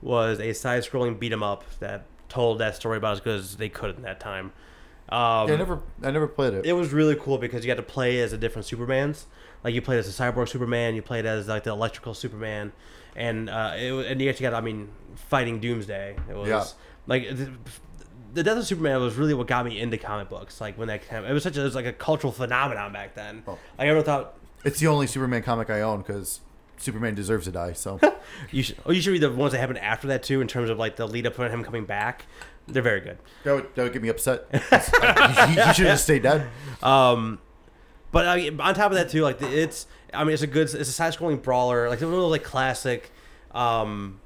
was a side-scrolling beat 'em up that told that story about as good as they could in that time. Um,
Yeah, I never I never played it.
it was really cool because you got to play as the different Supermans. Like you played as the cyborg Superman, you played as like the electrical Superman, and uh, it was, and you actually got I mean fighting Doomsday. It was
Yeah.
like the, the death of Superman was really what got me into comic books. Like when that came, it was such a, it was like a cultural phenomenon back then.
Oh.
Like everyone thought
It's the only Superman comic I own because Superman deserves to die. *laughs* So
you should oh you should read the ones that happened after that too in terms of like the lead up to him coming back. They're very good.
that would that would get me upset. *laughs* he, should have just stayed dead.
Um, but I mean, on top of that too, like it's I mean it's a good it's a side scrolling brawler like it's one of those like classic, um,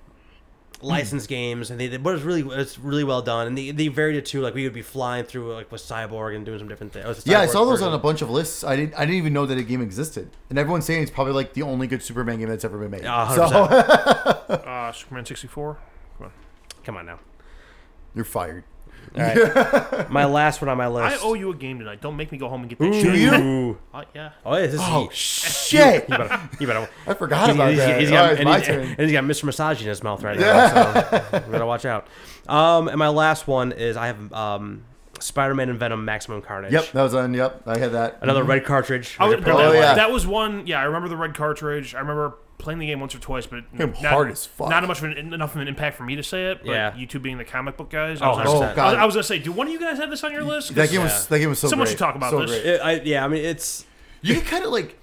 licensed games, and they, they but it's really it's really well done, and they, they varied it too. Like we would be flying through like with Cyborg and doing some different things. It was the
Yeah, I
Cyborg
saw those
version.
on a bunch of lists. I didn't. I didn't even know that a game existed, and everyone's saying it's probably like the only good Superman game that's ever been made.
Ah,
so
100%.
Uh, Superman 64. Come on.
Come
*laughs*
on now.
*laughs* you're fired.
All right. my last one on my
I
list.
owe you a game tonight. Don't make me go home and get that
Do
shit.
you?
Ooh.
Uh, yeah.
Oh, yeah, this is
Oh
he-
shit!
*laughs* You better, you better.
I forgot about
he's,
that.
he's
All
got,
right,
and, *laughs*
my
he's,
turn.
and he's got Mr. Massage in his mouth right now,
*laughs*
so you better watch out. Um, and my last one is I have um, Spider-Man and Venom: Maximum Carnage.
Yep, that was on. Yep, I had that.
Another red cartridge.
I
which
was,
I
that,
put on
Oh,
my-
yeah.
that was one. Yeah, I remember the red cartridge. I remember playing the game once or twice, but
Game hard as fuck.
Not much of an, enough of an impact for me to say it. But
Yeah.
you two being the comic book guys,
Oh,
I was, gonna-
100%.
Oh god,
I was gonna say, do one of you guys have this on your list? 'Cause
that game
Yeah.
was that game was so.
Someone
great.
should talk about
so
this.
Great.
It- I- yeah, I mean it's
You can kind of like.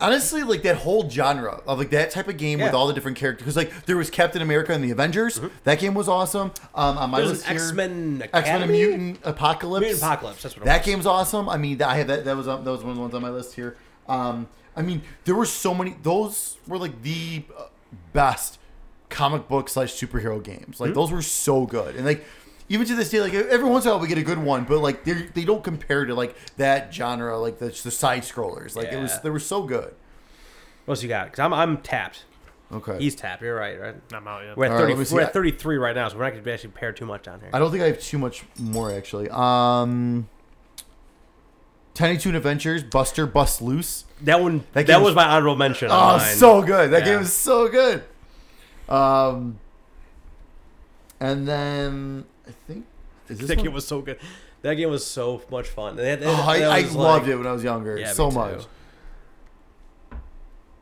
Honestly, like that whole genre of like that type of game with
Yeah.
all the different characters, because like there was Captain America and the Avengers. That game was awesome. Um, on my
there's
list
an X-Men
here, X Men
Academy?
Mutant Apocalypse.
Mutant Apocalypse. That's what it
That game's awesome. I mean, that- I had that. That was on, that was one of the ones on my list here. Um, I mean, there were so many. Those were like the uh, best comic book slash superhero games. Like those were so good, and like even to this day, like every once in a while we get a good one, but like they they don't compare to like that genre, like the, the side scrollers. Like it was
Yeah.
they were so good.
was. What's you got? Because I'm I'm tapped.
Okay,
He's tapped. You're right, right.
I'm out yet.
We're at
All right,
thirty.
let me see.
we're at thirty three right now, so we're not going to actually pair too much on here.
I don't think I have too much more actually. Um, Tiny Toon Adventures, Buster Bust Loose.
that one.
That
That,
game was-
was my honorable mention.
Oh,
on mine.
so good. That
Yeah.
game is so good. Um, and then I think is
*laughs*
this
That
one?
game was so good. That game was so much fun. That- that-
Oh, I,
that
I
was,
loved
like-
it when I was younger
Yeah, me
so
too.
much.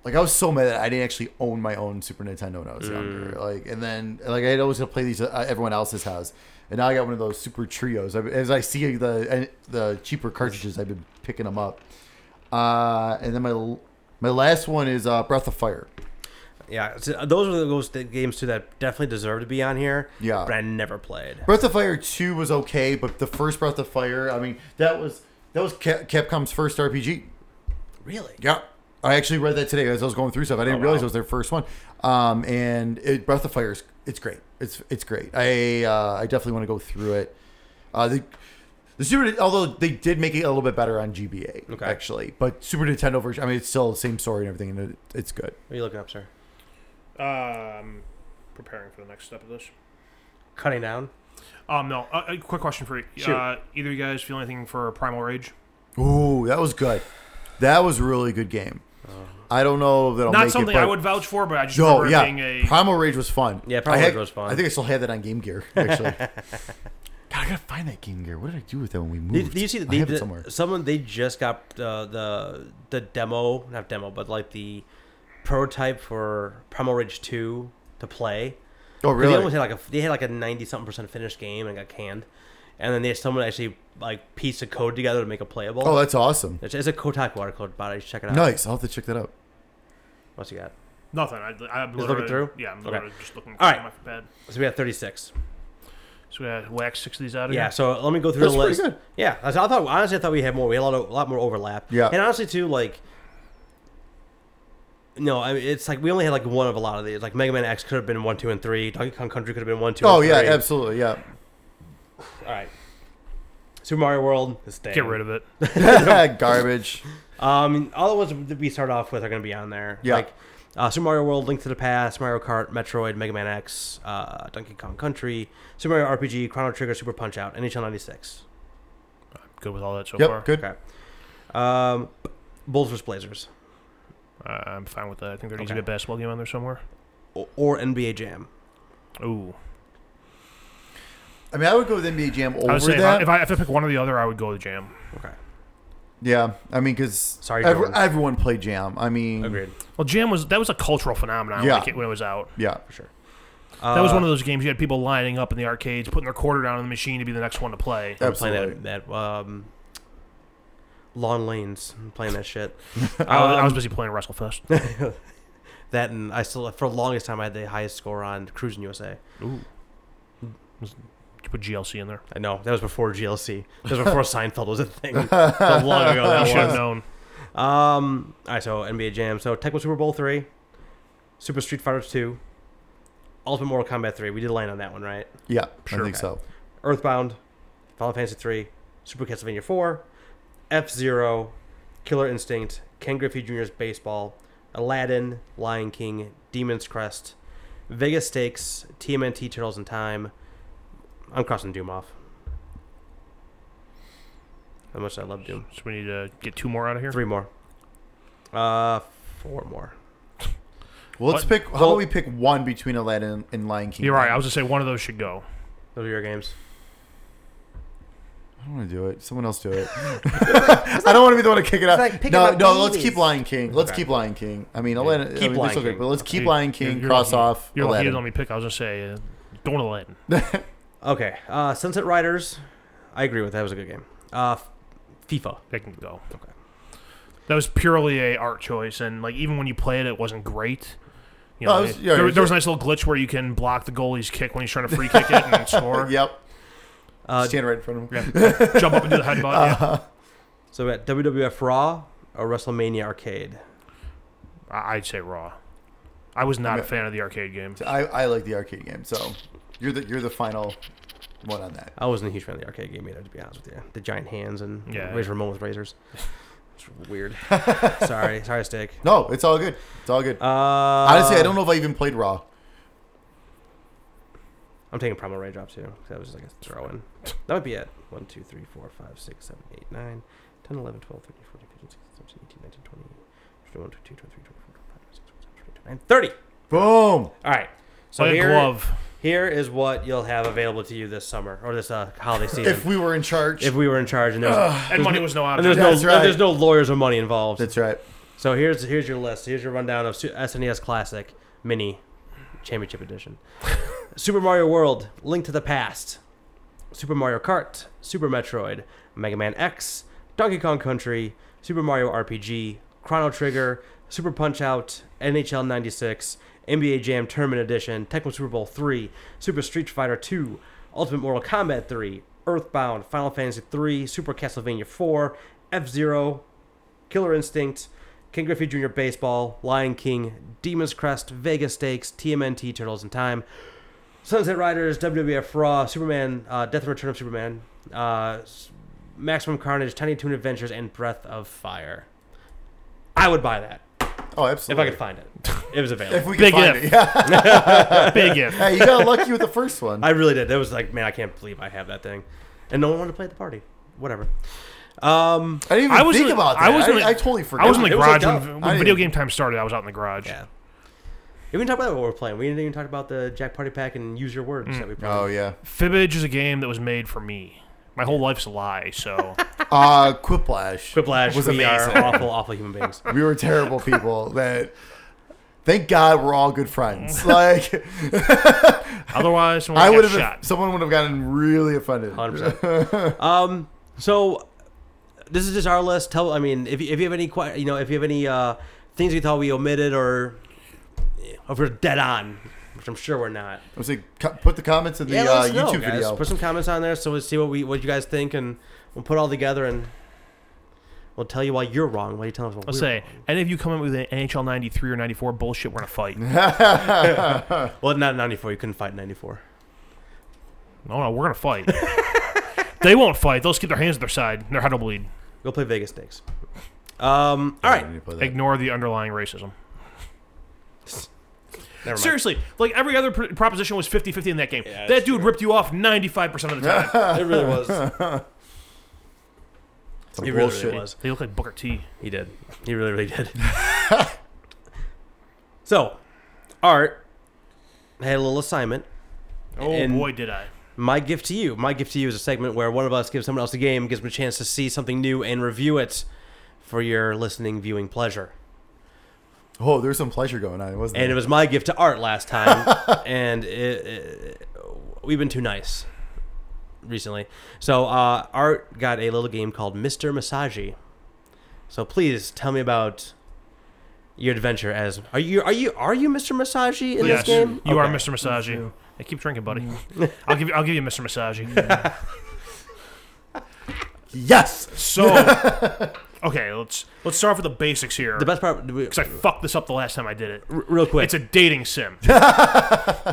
Like I was so mad that I didn't actually own my own Super Nintendo when I was
Mm.
younger. Like and then like I'd always play these at everyone else's house, and now I got one of those Super Trios. I, as I see the the cheaper cartridges, I've been picking them up. Uh, and then my my last one is uh, Breath of Fire.
Yeah, so uh, those are those th- games too that definitely deserve to be on here.
Yeah.
but I never played.
Breath of Fire 2 was okay, but the first Breath of Fire, I mean, that was that was Cap- Capcom's first RPG.
Really?
Yeah. I actually read that today as I was going through stuff. I didn't
Oh,
realize
wow.
it was their first one. Um, and it, Breath of Fire is it's great. It's it's great. I uh, I definitely want to go through it. Uh, the, the Super although they did make it a little bit better on GBA
Okay.
actually, but Super Nintendo version. I mean, it's still the same story and everything, and it, it's good.
What are you looking up, sir?
Um, preparing for the next step of this.
Cutting down.
Um, no. Uh, a quick question for you.
Shoot.
Uh, either you guys feel anything for Primal Rage?
Ooh, that was good. That was a really good game.
Uh-huh.
I don't know that I'll
Not
make
something
it,
I
but-
would vouch for, but I just
Yo,
remember it
yeah.
being a.
Primal Rage was fun.
Yeah, Primal
I
Rage
had-
was fun.
I think I still had that on Game Gear,
*laughs*
actually. God, I gotta find that Game Gear. What did I do with that when we moved?
Did, did you see that
I
they
have it
did-
somewhere.
someone they just got uh, the the demo, not demo, but like the prototype for Primal Rage Two to play.
Oh,
'Cause They
really?
almost had like a they had like a ninety something percent finished game and got canned, and then they someone actually like pieced a code together to make it playable.
Oh, that's awesome.
it's, it's a Kotaku article about it. You should check it out.
Nice. I'll have to check that out.
What's he got?
Nothing. I, I'm
looking
literally-
through?
Yeah, I'm
Okay.
literally just looking
All
through
right.
my bed.
So we had thirty six.
So we gotta whack six of these out of
Yeah,
here.
so let me go through
That's
the
pretty
list.
good.
Yeah, I thought honestly I thought we had more. We had a lot, of, a lot more overlap.
Yeah.
and honestly too, like, no, I mean, it's like we only had like one of a lot of these. Like Mega Man X could have been one, two, and three. Donkey Kong Country could have been one, two.
Oh
and
yeah,
three.
absolutely. Yeah.
All right, Super Mario World. This thing.
Get
*laughs*
rid of
*laughs*
it.
Garbage.
Um, all the ones that we start off with are going to be on there.
Yeah.
Like, uh, Super Mario World, Link to the Past, Mario Kart, Metroid, Mega Man X, uh, Donkey Kong Country, Super Mario RPG, Chrono Trigger, Super Punch Out, NHL '96.
Good with all that so far.
Yep. Good.
Okay. Um, Bulls vs. Blazers.
Uh, I'm fine with that. I think there needs to
Okay.
be a basketball game on there somewhere.
O- or NBA Jam.
Ooh.
I mean, I would go with NBA Jam
I
over
would say if I,
that.
if I have to pick one or the other, I would go with Jam.
Okay,
yeah. I mean, because
Sorry, Jordan.
everyone played Jam. I mean,
Mm.
agreed
Well, Jam was that was a cultural phenomenon
Yeah.
when, it, ca- when it was out.
yeah.
for sure.
That was
Uh,
one of those games you had people lining up in the arcades, putting their quarter down on the machine to be the next one to play.
Uh, I'm playing
Absolutely.
that, that um, long lanes. I'm playing that shit.
*laughs* I, was, I was
Um,
busy
*laughs*
playing WrestleFest.
that and I still for the longest time I had the highest score on Cruising USA.
Ooh. Was- you put GLC in there.
I know that was before GLC. That was
*laughs*
before Seinfeld was a thing. How long ago
I
Oh,
*laughs*
that
should have
was.
known.
Um, all right, so NBA Jam. So Tecmo Super Bowl three, Super Street Fighter two, Ultimate Mortal Kombat 3. We did land on that one, right?
Yeah, I
Sure.
think so.
Earthbound, Final Fantasy 3, Super Castlevania 4, F Zero, Killer Instinct, Ken Griffey Jr.'s Baseball, Aladdin, Lion King, Demon's Crest, Vegas Stakes, TMNT Turtles in Time. I'm crossing Doom off. How much I love Doom.
So we need to get two more out of here.
Three more. Uh, four more.
Well, let's
What-
pick. How
well-
about we pick one between Aladdin and Lion King?
You're right. I was gonna say one of those should go.
Those are your games.
I don't want to do it. Someone else do it. *laughs* I don't want to be the one to kick it out.
like picking
no,
up
no. Let's
babies.
keep Lion King. Let's
Okay.
keep Lion King. I mean, Aladdin.
Keep
I mean, they're
Lion
still great,
King.
but let's keep
You-
Lion King.
you're
cross
lucky-
off
You're lucky you
Aladdin.
didn't let me pick. I was gonna say uh, going to Aladdin.
Okay. Uh, Sunset Riders. I agree with that. That was a good game. Uh, F- FIFA.
They can go.
Okay.
That was purely a art choice, and like even when you played it, it wasn't great. You
No,
know,
it was-
it-
yeah, it
there,
was-
there was a nice little glitch where you can block the goalie's kick when he's trying to free kick it
*laughs*
and score.
Yep.
Uh,
Stand right in front of him.
Jump up and do the headbutt.
Uh-huh.
yeah.
So we got WWF Raw or WrestleMania Arcade.
I- I'd say Raw. I was not a
Yeah.
fan of the arcade game.
I, I like the arcade game, so you're the you're the final one on that.
I wasn't a huge fan of the arcade game either, to be honest with you. The giant hands and
Yeah.
Razor Ramon with
*laughs*
razors. It's weird. sorry, sorry, Stick.
No, it's all good. It's all good.
Uh,
Honestly,
Honestly,
I don't know if I even played Raw.
I'm taking promo ray drop too. 'cause That was just like a throw in. That might be it. 1, 2, 3, 4, 5, 6, 7, 8, 9, 10, 11, 12, 13, 14, 15, 16, 17, 18, 19, 20, 21, 22, 23, 24, 25, 26, 27, 28, 29, 30.
Boom.
All right. So
So like
here,
a glove.
here is what you'll have available to you this summer or this uh,
*laughs*
holiday season.
If we were in charge,
if we were in charge and there was,
And money was
*laughs*
no
and there's
object.
no
That's right.
there's no lawyers or money involved.
that's right.
so here's here's your list. Here's your rundown of Su- SNES Classic Mini Championship Edition, Super Mario World, Link to the Past, Super Mario Kart, Super Metroid, Mega Man X, Donkey Kong Country, Super Mario RPG, Chrono Trigger, Super Punch Out, NHL '96, NBA Jam Tournament Edition, Tecmo Super Bowl III, Super Street Fighter II, Ultimate Mortal Kombat III, Earthbound, Final Fantasy III, Super Castlevania IV, F Zero, Killer Instinct, King Griffey Jr. Baseball, Lion King, Demon's Crest, Vegas Stakes, TMNT, Turtles in Time, Sunset Riders, WWF Raw, Superman, uh, Death and Return of Superman, uh, S- Maximum Carnage, Tiny Toon Adventures, and Breath of Fire. I would buy that
Oh,
if
absolutely.
I could find it. It was
If
available.
we could
Big
find
if.
it, *laughs* yeah.
Big if.
*laughs* Hey, you got lucky with the first one.
I really did. It was like, man, I can't believe I have that thing, and no one wanted to play at the party. Whatever. Um,
I didn't even
I was
think
in the-
about that.
I
I,
was in the-
I totally forgot.
I was in the
It was like
garage
that.
when,
I
when video
didn't-
game time started. I was out in the garage.
yeah. We didn't talk about what we're playing. We didn't even talk about the Jack Party Pack and use your words that we.
Oh
Probably,
yeah.
Fibbage is a game that was made for me. My whole life's a lie.
*laughs*
So
Uh, Quiplash.
Quiplash.
was
we
amazing.
are awful, awful human beings.
We were
*laughs*
terrible people. That. Thank God we're all good friends. Like
otherwise, someone
I
got
would have,
shot.
someone would have gotten really offended.
Hundred percent. Um. So, this is just our list. Tell. I mean, if you, if you have any, que- you know, if you have any uh, things you thought we omitted or if we're dead on, which I'm sure we're not.
I was like, co- put the comments in the
Yeah, let
uh,
us know,
YouTube
guys.
video.
Put some comments on there so we'll see what we what you guys think, and we'll put it all together and we'll tell you why you're wrong. Why you telling us? What
Let's
we're
say
wrong.
any of you come up with an NHL '93 or '94 bullshit, we're
*laughs*
gonna fight. no,
Well, not in '94. You couldn't fight in '94.
no, we're gonna fight. they won't fight. They'll just keep their hands at their side. Their head will bleed.
Go play Vegas Stakes. Um. All right.
right.
Ignore the underlying racism.
Never mind.
Seriously, like every other pr- proposition was 50-50 in that game.
Yeah,
that
that's
dude
true.
ripped you off 95% of
*laughs*
the time.
It really was. It
Some
really,
bullshit.
really was.
They look like Booker T.
He did. He really, really did. so, Art had a little assignment.
Oh
And-
boy, did I!
My gift to you. My gift to you is a segment where one of us gives someone else a game, gives them a chance to see something new and review it for your listening, viewing pleasure.
Oh, there was some pleasure going on, wasn't
And it
there?
was my gift to Art last *laughs* time, and it, it- we've been too nice recently. So uh, Art got a little game called Mister Masagi. So please tell me about your adventure as are you are you are you Mister Masagi in
yes,
this game?
you are
Okay. Mm.
Mr. Masagi. Hey, keep drinking, buddy. *laughs* I'll give you. I'll give you Mr.
*laughs*
Masagi.
*laughs*
yes.
So, okay, let's let's start with the basics here.
The best part, we-
because I fucked this up the last time I did it.
r- real quick.
It's a
*laughs*
dating sim.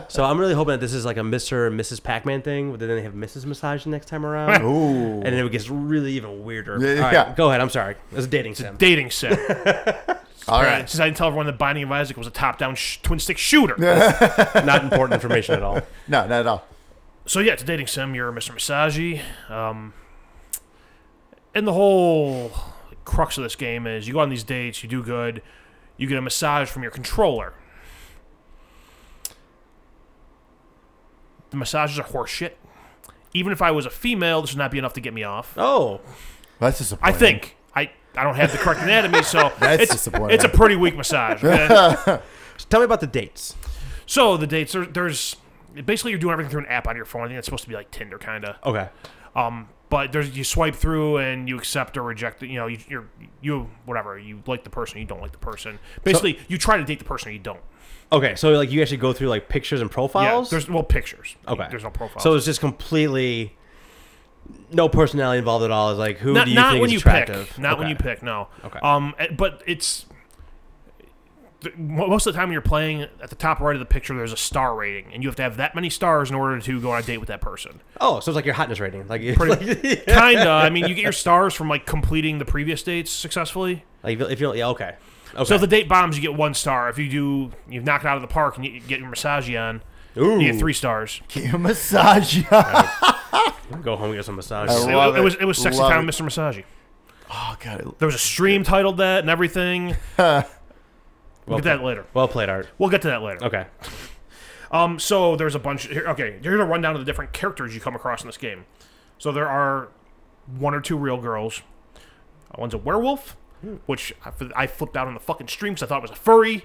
so I'm really hoping that this is like a Mr. and Mrs. Pac-Man thing, but then they have Mrs. Massage the next time
*laughs*
around,
Ooh.
and then it gets really even weirder.
Yeah,
All right,
yeah.
go ahead. I'm sorry. It's a dating sim.
dating sim.
All right.
Since I didn't tell everyone that Binding of Isaac was a top-down sh- twin-stick shooter.
Not important information at all.
No, not at all.
So yeah, it's a dating sim. You're Mr. Misagi. Um, and the whole crux of this game is you go on these dates, you do good, you get a massage from your controller. The massages are horseshit. Even if I was a female, this would not be enough to get me off.
*laughs* Oh,
That's
I
disappointing.
think I, I don't have the correct anatomy, so
*laughs* That's
it's,
disappointing.
it's a pretty weak
*laughs*
massage. okay?
so tell me about the dates.
So the dates there, there's basically you're doing everything through an app on your phone. I think it's supposed to be like Tinder, kind of.
Okay.
Um, but there's you swipe through and you accept or reject. it, You know, you, you're you whatever you like the person, you don't like the person. Basically, you try to date the person or you don't.
Okay, so like you actually go through like pictures and
Yeah,
profiles.
there's well pictures.
okay.
there's no profile.
So it's just completely no personality involved at all. It's like who
not
do you
not
think
when
is
you
attractive?
pick. Not when
Okay.
you pick. No.
Okay.
Um, eh, but it's th- mo- most of the time when you're playing at the top right of the picture there's a star rating and you have to have that many stars in order to go on a date with that person
Oh, so it's like your hotness rating. Like, you-
Pretty-
*laughs* like,
Kinda. I mean, you get your stars from like completing the previous dates successfully.
like, if you don't, yeah, okay. Okay.
So if the date bombs, you get one star. If you do, you knock it out of the park and you get your massage on,
Ooh.
you get three stars.
Get a massage.
go home and get some massage.
I
It,
love-
it
it.
was it was sexy
Love
time,
it.
with Mr. Massagi.
oh god. it-
There was a stream titled that and everything.
well,
We'll get that later.
well played, Art.
We'll get to that later.
Okay.
Um, so there's a bunch. Here, okay, here's a rundown of the different characters you come across in this game. So there are one or two real girls. Uh, One's a werewolf, which I, I flipped out on the fucking stream because I thought it was a furry.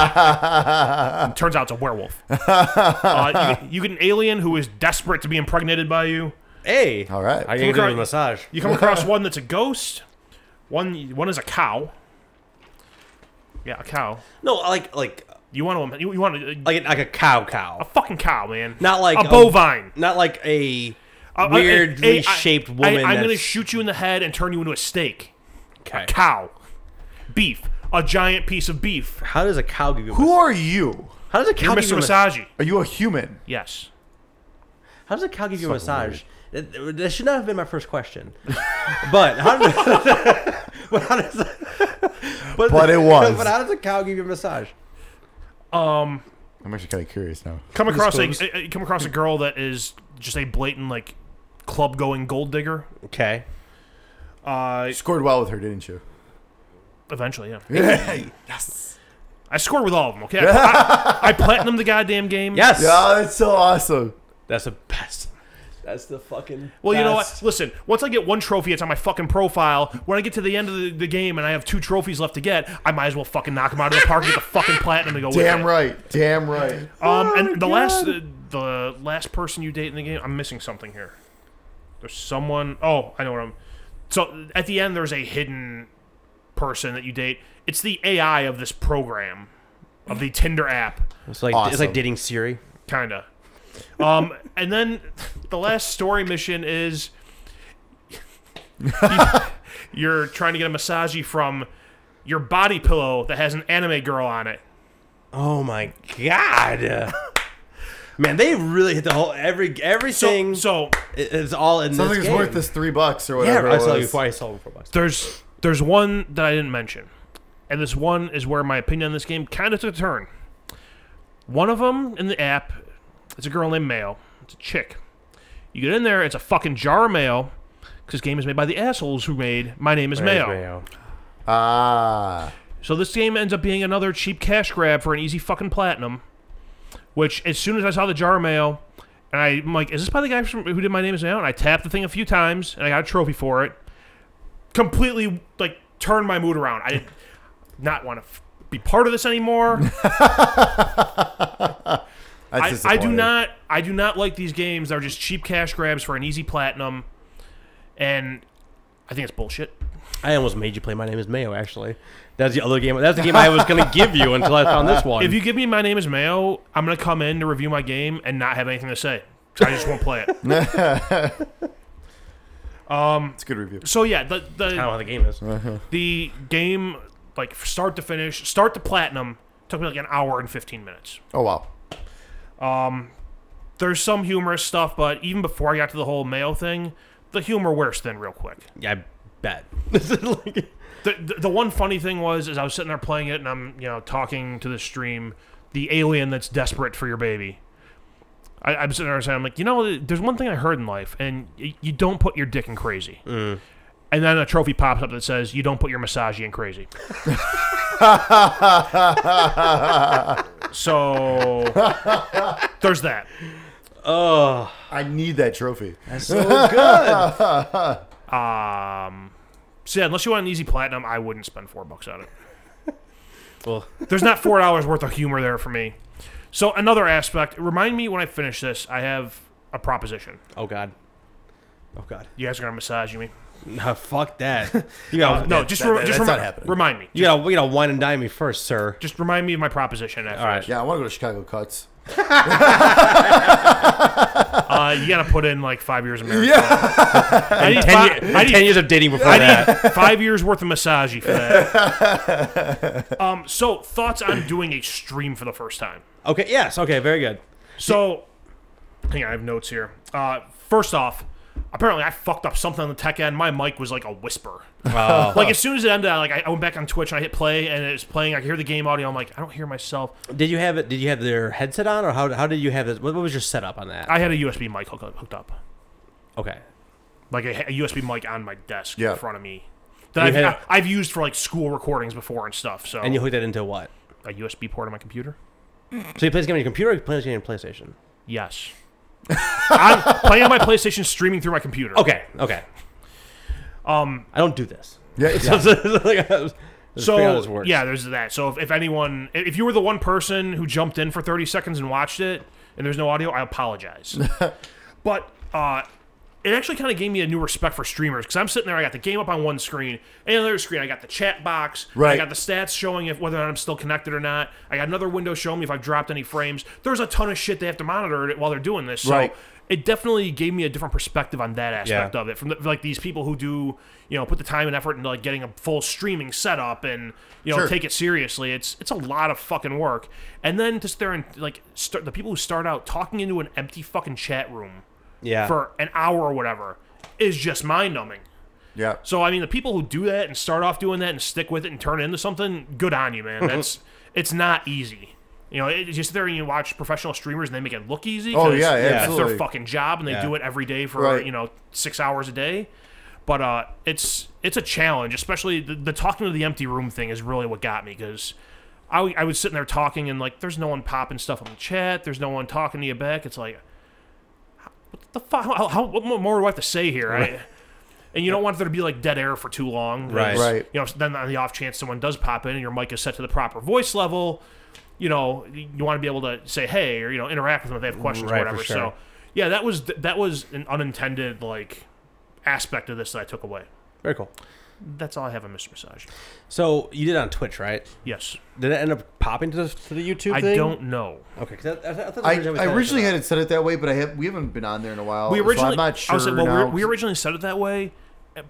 And turns out it's a werewolf. Uh, you, you get an alien who is desperate to be impregnated by you.
Hey.
All right.
I can give you
Congrats.
a massage.
You come across one that's a ghost. One one is a cow. Yeah, a cow.
No, like like
You want to you, you want to a
like like a cow cow,
fucking cow, man.
Not like
a
a-
bovine.
not like a
A- a-
weirdly
a- I-
shaped
I-
woman.
I'm gonna
that's-
shoot you in the head and turn you into a steak.
Okay.
Cow, beef, a giant piece of beef.
How does a cow give you? a
Who are you?
mas- How does a
You're
cow give
Mr.
you a massage?
Masagi.
Are you a human?
Yes.
How does a cow give you a massage? That, that should not have been my first question. *laughs* but how does, *laughs* but how does *laughs* but,
But it was.
But how does a cow give you a massage?
I'm actually kind of curious now.
Come across a, a- a- come across a girl that is just a blatant like club going gold digger.
Okay.
Uh,
Scored well with her, didn't you?
eventually, yeah.
yes.
I scored with all of them. Okay. I,
*laughs*
I, I platinum the goddamn game.
Yes.
*laughs* Yeah, that's so awesome.
That's the best. That's the fucking.
Well, you know what?
best.
Listen, once I get one trophy, it's on my fucking profile. When I get to the end of the, the game and I have two trophies left to get, I might as well fucking knock them out of the park and get the fucking platinum to go with
Damn
it.
right. Damn right.
Um, and the last the, the last person you date in the game, I'm missing something here. There's someone. Oh, I know what I'm. So at the end, there's a hidden person that you date. It's the AI of this program, of the Tinder app,
It's like it's
Awesome.
like dating Siri.
kinda. Um, *laughs* and then the last story mission is *laughs* you're trying to get a massage from your body pillow that has an anime girl on it.
Oh my god. Man, they really hit the whole every
So,
everything.
so
it- it's all in
Something's
this game.
worth this three bucks or
Yeah,
whatever.
I
it
saw you
was.
before I sold them for bucks.
there's there's one that I didn't mention, and this one is where my opinion on this game kind of took a turn. One of them in the app, it's a girl named Mayo. It's a chick. You get in there, it's a fucking jar of mayo. Because this game is made by the assholes who made My Name Is Mayo.
Ah.
So this game ends up being another cheap cash grab for an easy fucking platinum. Which, as soon as I saw the jar of mayo, and I, am like, is this by the guy from, who did My Name Is Mayo? And I tapped the thing a few times, and I got a trophy for it. Completely, like, turned my mood around. I did *laughs* not want to f- be part of this anymore.
That's
I, I do
disappointing.
not I do not like these games. They're just cheap cash grabs for an easy platinum, and I think it's bullshit.
I almost made you play My Name Is Mayo. Actually, that's the other game. That's the game I was gonna give you until I found this one.
*laughs* If you give me my name is Mayo, I'm gonna come in to review my game and not have anything to say. 'Cause I just won't play it. Um,
It's a good review.
so yeah, the
I don't know
the
how the game is.
the game like start to finish, start to platinum took me like an hour and fifteen minutes.
Oh wow.
There's some humorous stuff, but even before I got to the whole mayo thing, the humor wears thin real quick.
Yeah, I
*laughs*
bet. This is like,
The, the the one funny thing was is I was sitting there playing it and I'm you know talking to the stream, the alien that's desperate for your baby. I, I'm sitting there saying I'm like you know there's one thing I heard in life and y- you don't put your dick in crazy. And then a trophy pops up that says you don't put your massage in crazy. so there's that.
oh,
I need that trophy.
that's so good.
Um, so yeah, unless you want an easy platinum, I wouldn't spend four bucks on it.
*laughs*
well,
There's not four dollars worth of humor there for me. So another aspect. Remind me when I finish this. I have a proposition.
*laughs* oh god, oh
*laughs*
god.
You guys are gonna massage me.
No, fuck *laughs* Uh, that. You gotta,
no, just
that-
re-
that-
just
that's not
remi-
happening.
remind me.
you gotta, you gotta wine and dine me first, sir.
Just remind me of my proposition. After
All right.
Yeah, I want to go to Chicago Cuts.
Uh, you gotta put in like five years of marriage. I need, fi-
Ten, ye-
I need-
ten years of dating before
*laughs* I
that.
need *laughs* five years worth of massage for
*laughs*
that. um, so thoughts on doing a stream for the first time.
Okay. Yes. Okay. Very
*laughs*
good.
So, hang on, I have notes here. Uh, first off, apparently I fucked up something on the tech end. My mic was like
*laughs*
a whisper.
Wow.
Like as soon as it ended, I, like I I went back on Twitch and I hit play and it was playing. I could hear the game audio. I'm like, I don't hear myself.
did you have it? Did you have their headset on, or how, how did you have this? What, what was your setup on that?
I had a USB mic hook- hooked up,
okay.
like a, a USB mic on my desk
Yeah.
in front of me that I've,
You had-
I- I've used for like school recordings before and stuff. So
And you hooked that into what?
a USB port on my computer.
So you play this game on your computer, or you play this game on your PlayStation?
Yes. *laughs* I'm playing on my PlayStation, streaming through my computer.
Okay. Okay. Um, I don't do this.
*laughs* Yeah, it's
So, *laughs* so, so, like, I was- let's figure out how this
So
works.
yeah, there's that. So if, if anyone, if if you were the one person who jumped in for 30 seconds and watched it, and there's no audio, I apologize.
*laughs*
but uh, it actually kind of gave me a new respect for streamers because I'm sitting there, I got the game up on one screen, and on the other screen, I got the chat box, I
Right.
got the stats showing if whether or not I'm still connected or not. I got another window showing me if I've dropped any frames. There's a ton of shit they have to monitor while they're doing this. So
Right.
it definitely gave me a different perspective on that aspect
Yeah.
of it from the, like these people who do you know put the time and effort into like getting a full streaming setup and you know
Sure.
take it seriously it's it's a lot of fucking work and then just there and like start the people who start out talking into an empty fucking chat room
Yeah.
for an hour or whatever is just mind numbing
yeah.
so I mean, the people who do that and start off doing that and stick with it and turn it into something, good on you,
Mm-hmm.
man. That's it's not easy. You know, it's just there and you watch professional streamers and they make it look easy.
Oh,
'cause
yeah, yeah,
that's their
absolutely.
fucking job and they
Yeah.
do it every day for
Right.
you know six hours a day. But uh, it's it's a challenge, especially the, the talking to the empty room thing is really what got me because. I, w- I was sitting there talking and like there's no one popping stuff on the chat there's no one talking to you back it's like what the fuck how, how, what more do I have to say here I, and you don't want there to be like dead air for too long. 'cause,
Right.
Right.
You know, then on the off chance someone does pop in and your mic is set to the proper voice level, you know, you want to be able to say hey or you know interact with them if they have questions
Right,
or
for
whatever.
sure.
So yeah, that was that was an unintended like aspect of this that I took away.
Very cool.
That's all I have on Mr. Massage.
So you did it on Twitch, right?
Yes,
Did it end up popping to the, to the YouTube
I
thing?
don't know.
Okay, because I, I, thought the
I,
original was
I
set up
originally
for
had it set it that way, but I have we haven't been on there in a while.
We
Oh, so
originally,
I'm not
I
sure.
was- well, we-
now.
we, originally said it that way,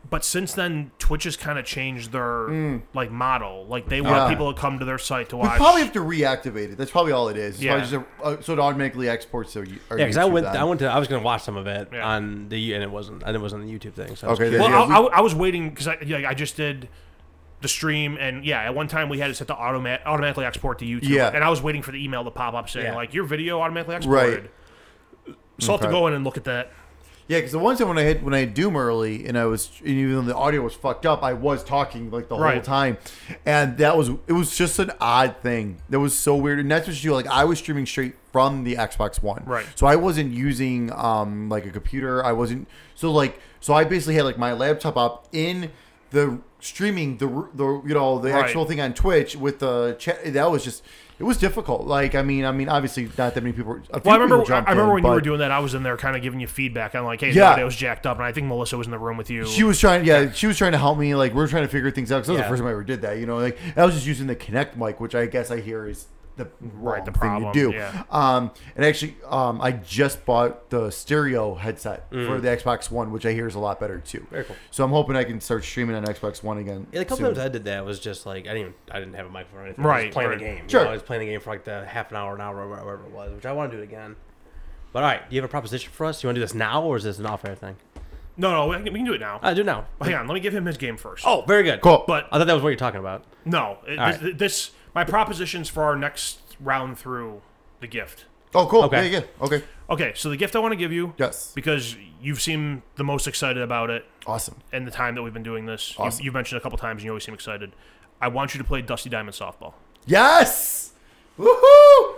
but since then Twitch has kind of changed their like model. Like they want
Mm. Yeah.
people to come to their site to
We
watch.
probably have to reactivate it. That's probably all it is. It's
Yeah.
probably just a- uh, so it automatically exports. So you, our
Yeah, because I
YouTube
went,
then.
I went to, I was gonna watch some of it
Yeah.
on the, and it wasn't, and it was on the YouTube thing. So I was
Okay,
curious.
there
Well,
Yeah,
I, I, I was waiting because I, yeah, I just did the stream, and yeah, at one time we had it set to automat- automatically export to YouTube.
Yeah.
And I was waiting for the email to pop up saying,
Yeah.
like, your video automatically exported. So I'll have
Okay.
to go in and look at that.
Yeah, because the one time when I hit when I had Doom early and I was and even though the audio was fucked up, I was talking like the whole
Right.
time, and that was it was just an odd thing that was so weird. And that's what you do. Like I was streaming straight from the Xbox One,
Right.
So I wasn't using um like a computer. I wasn't so like so I basically had like my laptop up in the streaming the r- the you know the
Right.
actual thing on Twitch with the chat. That was just. It was difficult. Like, I mean, I mean, obviously, not that many people. were- A few
Well, I
people
remember, I
jumped
remember
in,
when you were
but-
doing that, I was in there kind of giving you feedback on, like, hey, the
Yeah.
audio's jacked up. And I think Melissa was in the room with you.
She was trying, yeah. She was trying to help me. Like we were trying to figure things out because that was
Yeah.
the first time I ever did that. You know, like I was just using the Connect mic, which I guess I hear is the
Right,
right
the
thing
problem,
to do.
yeah.
Um, and actually, um, I just bought the stereo headset for the Xbox One, which I hear is a lot better too.
Very cool.
So I'm hoping I can start streaming on Xbox One again.
Yeah, the couple
soon.
times I did that was just like I didn't even, I didn't have a microphone or anything. I was
Right,
just playing
right.
the game. You
Sure.
know, I was playing the game for like the half an hour, an hour, or whatever it was, which I want to do it again. But all right, do you have a proposition for us? You want to do this now, or is this an off-air thing?
No, no, we can, we can do it now.
I do it now.
Hang on, let me give him his game first.
Oh, very good.
Cool.
but
I thought that was what you're talking about.
no, it,
All
this, this my propositions for our next round through the gift.
Oh, cool.
Okay.
Yeah, yeah. Okay.
Okay, so the gift I want to give you,
Yes.
because you've seemed the most excited about it
Awesome.
in the time that we've been doing this.
Awesome.
You, you've mentioned a couple times, and you always seem excited. I want you to play Dusty Diamond softball. *laughs*
Yes. Woohoo!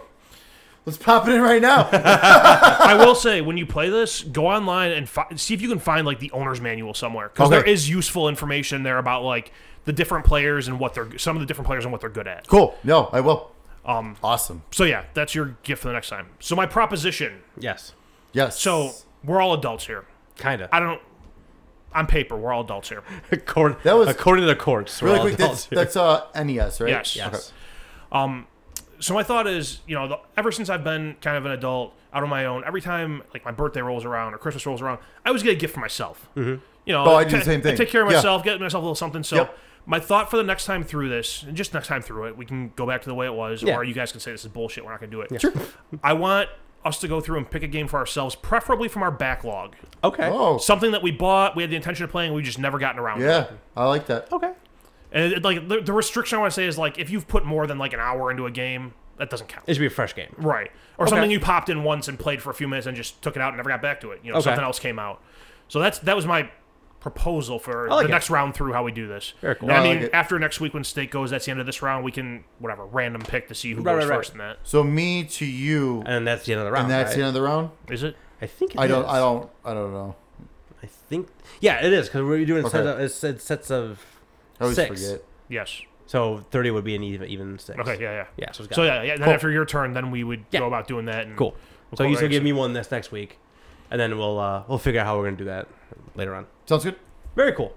Let's pop it in right now.
I will say, when you play this, go online and fi- see if you can find like the owner's manual somewhere, because
Okay.
there is useful information there about like the different players and what they're some of the different players and what they're good at.
cool. No, I will. Um. Awesome.
So yeah, that's your gift for the next time. So my proposition.
Yes,
Yes.
So we're all adults here.
kind of.
I don't. On paper, we're all adults here.
*laughs* According,
That was-
according to the courts. we're
really
all *laughs*
quick, that's,
adults here.
that's uh NES, right?
Yes.
Okay.
yes.
so my thought is, you know, the, ever since I've been kind of an adult, out on my own, every time like my birthday rolls around or Christmas rolls around, I always get a gift for myself. Mm-hmm. You know,
Oh, I do the
ta-
same thing.
take care of
Yeah.
myself, get myself a little something. So
Yep.
my thought for the next time through this, and just next time through it, we can go back to the way it was,
Yeah.
or you guys can say this is bullshit. We're not gonna do it. Sure. I want us to go through and pick a game for ourselves, preferably from our backlog,
Okay.
Oh,
something that we bought, we had the intention of playing, we just never gotten around. to.
yeah. I like that.
Okay.
And it, like the, the restriction I want to say is like if you've put more than like an hour into a game, that doesn't count.
It should be a fresh game.
Right. Or something you popped in once and played for a few minutes and just took it out and never got back to it. You know,
Okay.
something else came out. So that's that was my proposal for
like
the
it.
next round through how we do this.
Very cool.
And I
I
mean,
like it.
after next week when State goes, that's the end of this round. We can whatever random pick to see who
Right,
goes
right, right.
first in that.
So me to you,
And that's the end of the round.
and that's
right?
the end of the round.
Is it?
I think. it
I don't.
is.
I don't. I don't know.
I think. Yeah, it is because we're doing
Okay.
sets of, it's- it's sets of
I always
six.
forget.
Yes.
So thirty would be an even even six.
Okay. Yeah. Yeah.
Yeah. So, it's got
So yeah, yeah. Then after your turn, then we would
Yeah.
go about doing that. And
Cool.
We'll
so
call
you
it
still
an
give
episode.
me one this next week, and then we'll uh, we'll figure out how we're gonna do that later on.
Sounds good.
Very cool.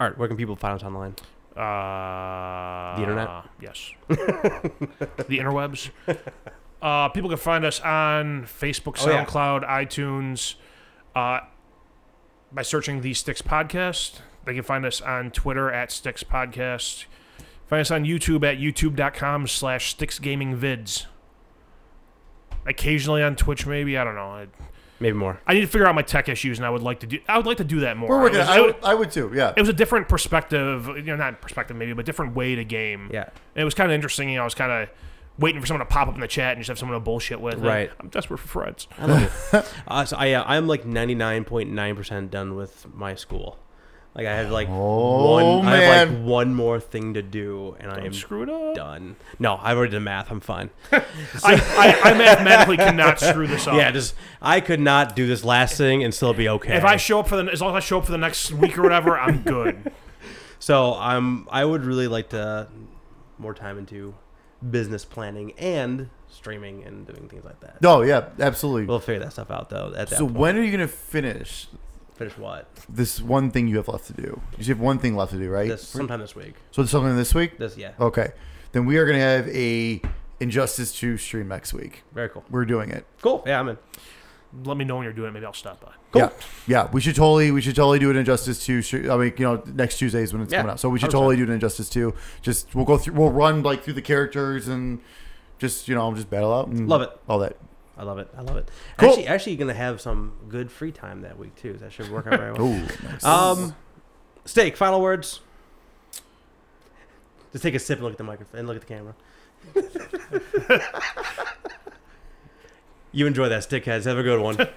All right, where can people find us online?
Uh,
The internet?
Yes. the interwebs. Uh, people can find us on Facebook,
Oh, yeah.
SoundCloud, iTunes, uh, by searching the Sticks Podcast. They can find us on Twitter at Sticks Podcast. Find us on YouTube at youtube.com slash Sticks Gaming Vids. Occasionally on Twitch, maybe I don't know. I,
Maybe more.
I need to figure out my tech issues, and I would like to do. I would like to do that more.
We're
I
working.
was-
I
I-
would. I would too. Yeah.
it was a different perspective, you know, not perspective maybe, but different way to game.
Yeah.
And it was kind of interesting. You know, I was kind of waiting for someone to pop up in the chat and just have someone to bullshit with. And
Right.
I'm desperate for friends.
I love
*laughs*
it. uh, so I uh, I'm like 99.9% done with my school. Like I have like one
Oh,
I have like
man.
one more thing to do, and I am
Screw it
*laughs*
up.
done. No, I already did math. I'm fine.
I, I, I mathematically cannot screw this up.
yeah, just I could not do this last thing and still be okay.
If I show up for the as long as I show up for the next week or whatever, I'm
*laughs*
good.
So I'm I would really like to more time into business planning and streaming and doing things like that.
No. Yeah. Absolutely.
We'll figure that stuff out though. At that
so
point.
when are you gonna finish
finish what?
this one thing you have left to do? You have one thing left to do, right?
This sometime this week.
So it's something this week.
This yeah.
Okay. Then we are gonna have a Injustice 2 stream next week.
Very cool.
We're doing it.
Cool. Yeah, I'm in.
Let me know when you're doing it. Maybe I'll stop by.
Cool.
Yeah, yeah, we should totally, we should totally do an injustice two. stre- I mean, you know, next Tuesday is when it's
Yeah,
coming out, so we should
100%.
totally do an injustice two. Just we'll go through, we'll run like through the characters and just you know, just battle out. And
Love it.
All that.
I love it. I love it.
Cool.
Actually, actually, you're gonna have some good free time that week too. That should work out
*laughs*
very well.
Ooh, nice.
um, steak. Final words. Just take a sip and look at the microphone and look at the camera. you enjoy that, stickheads. Have a good one.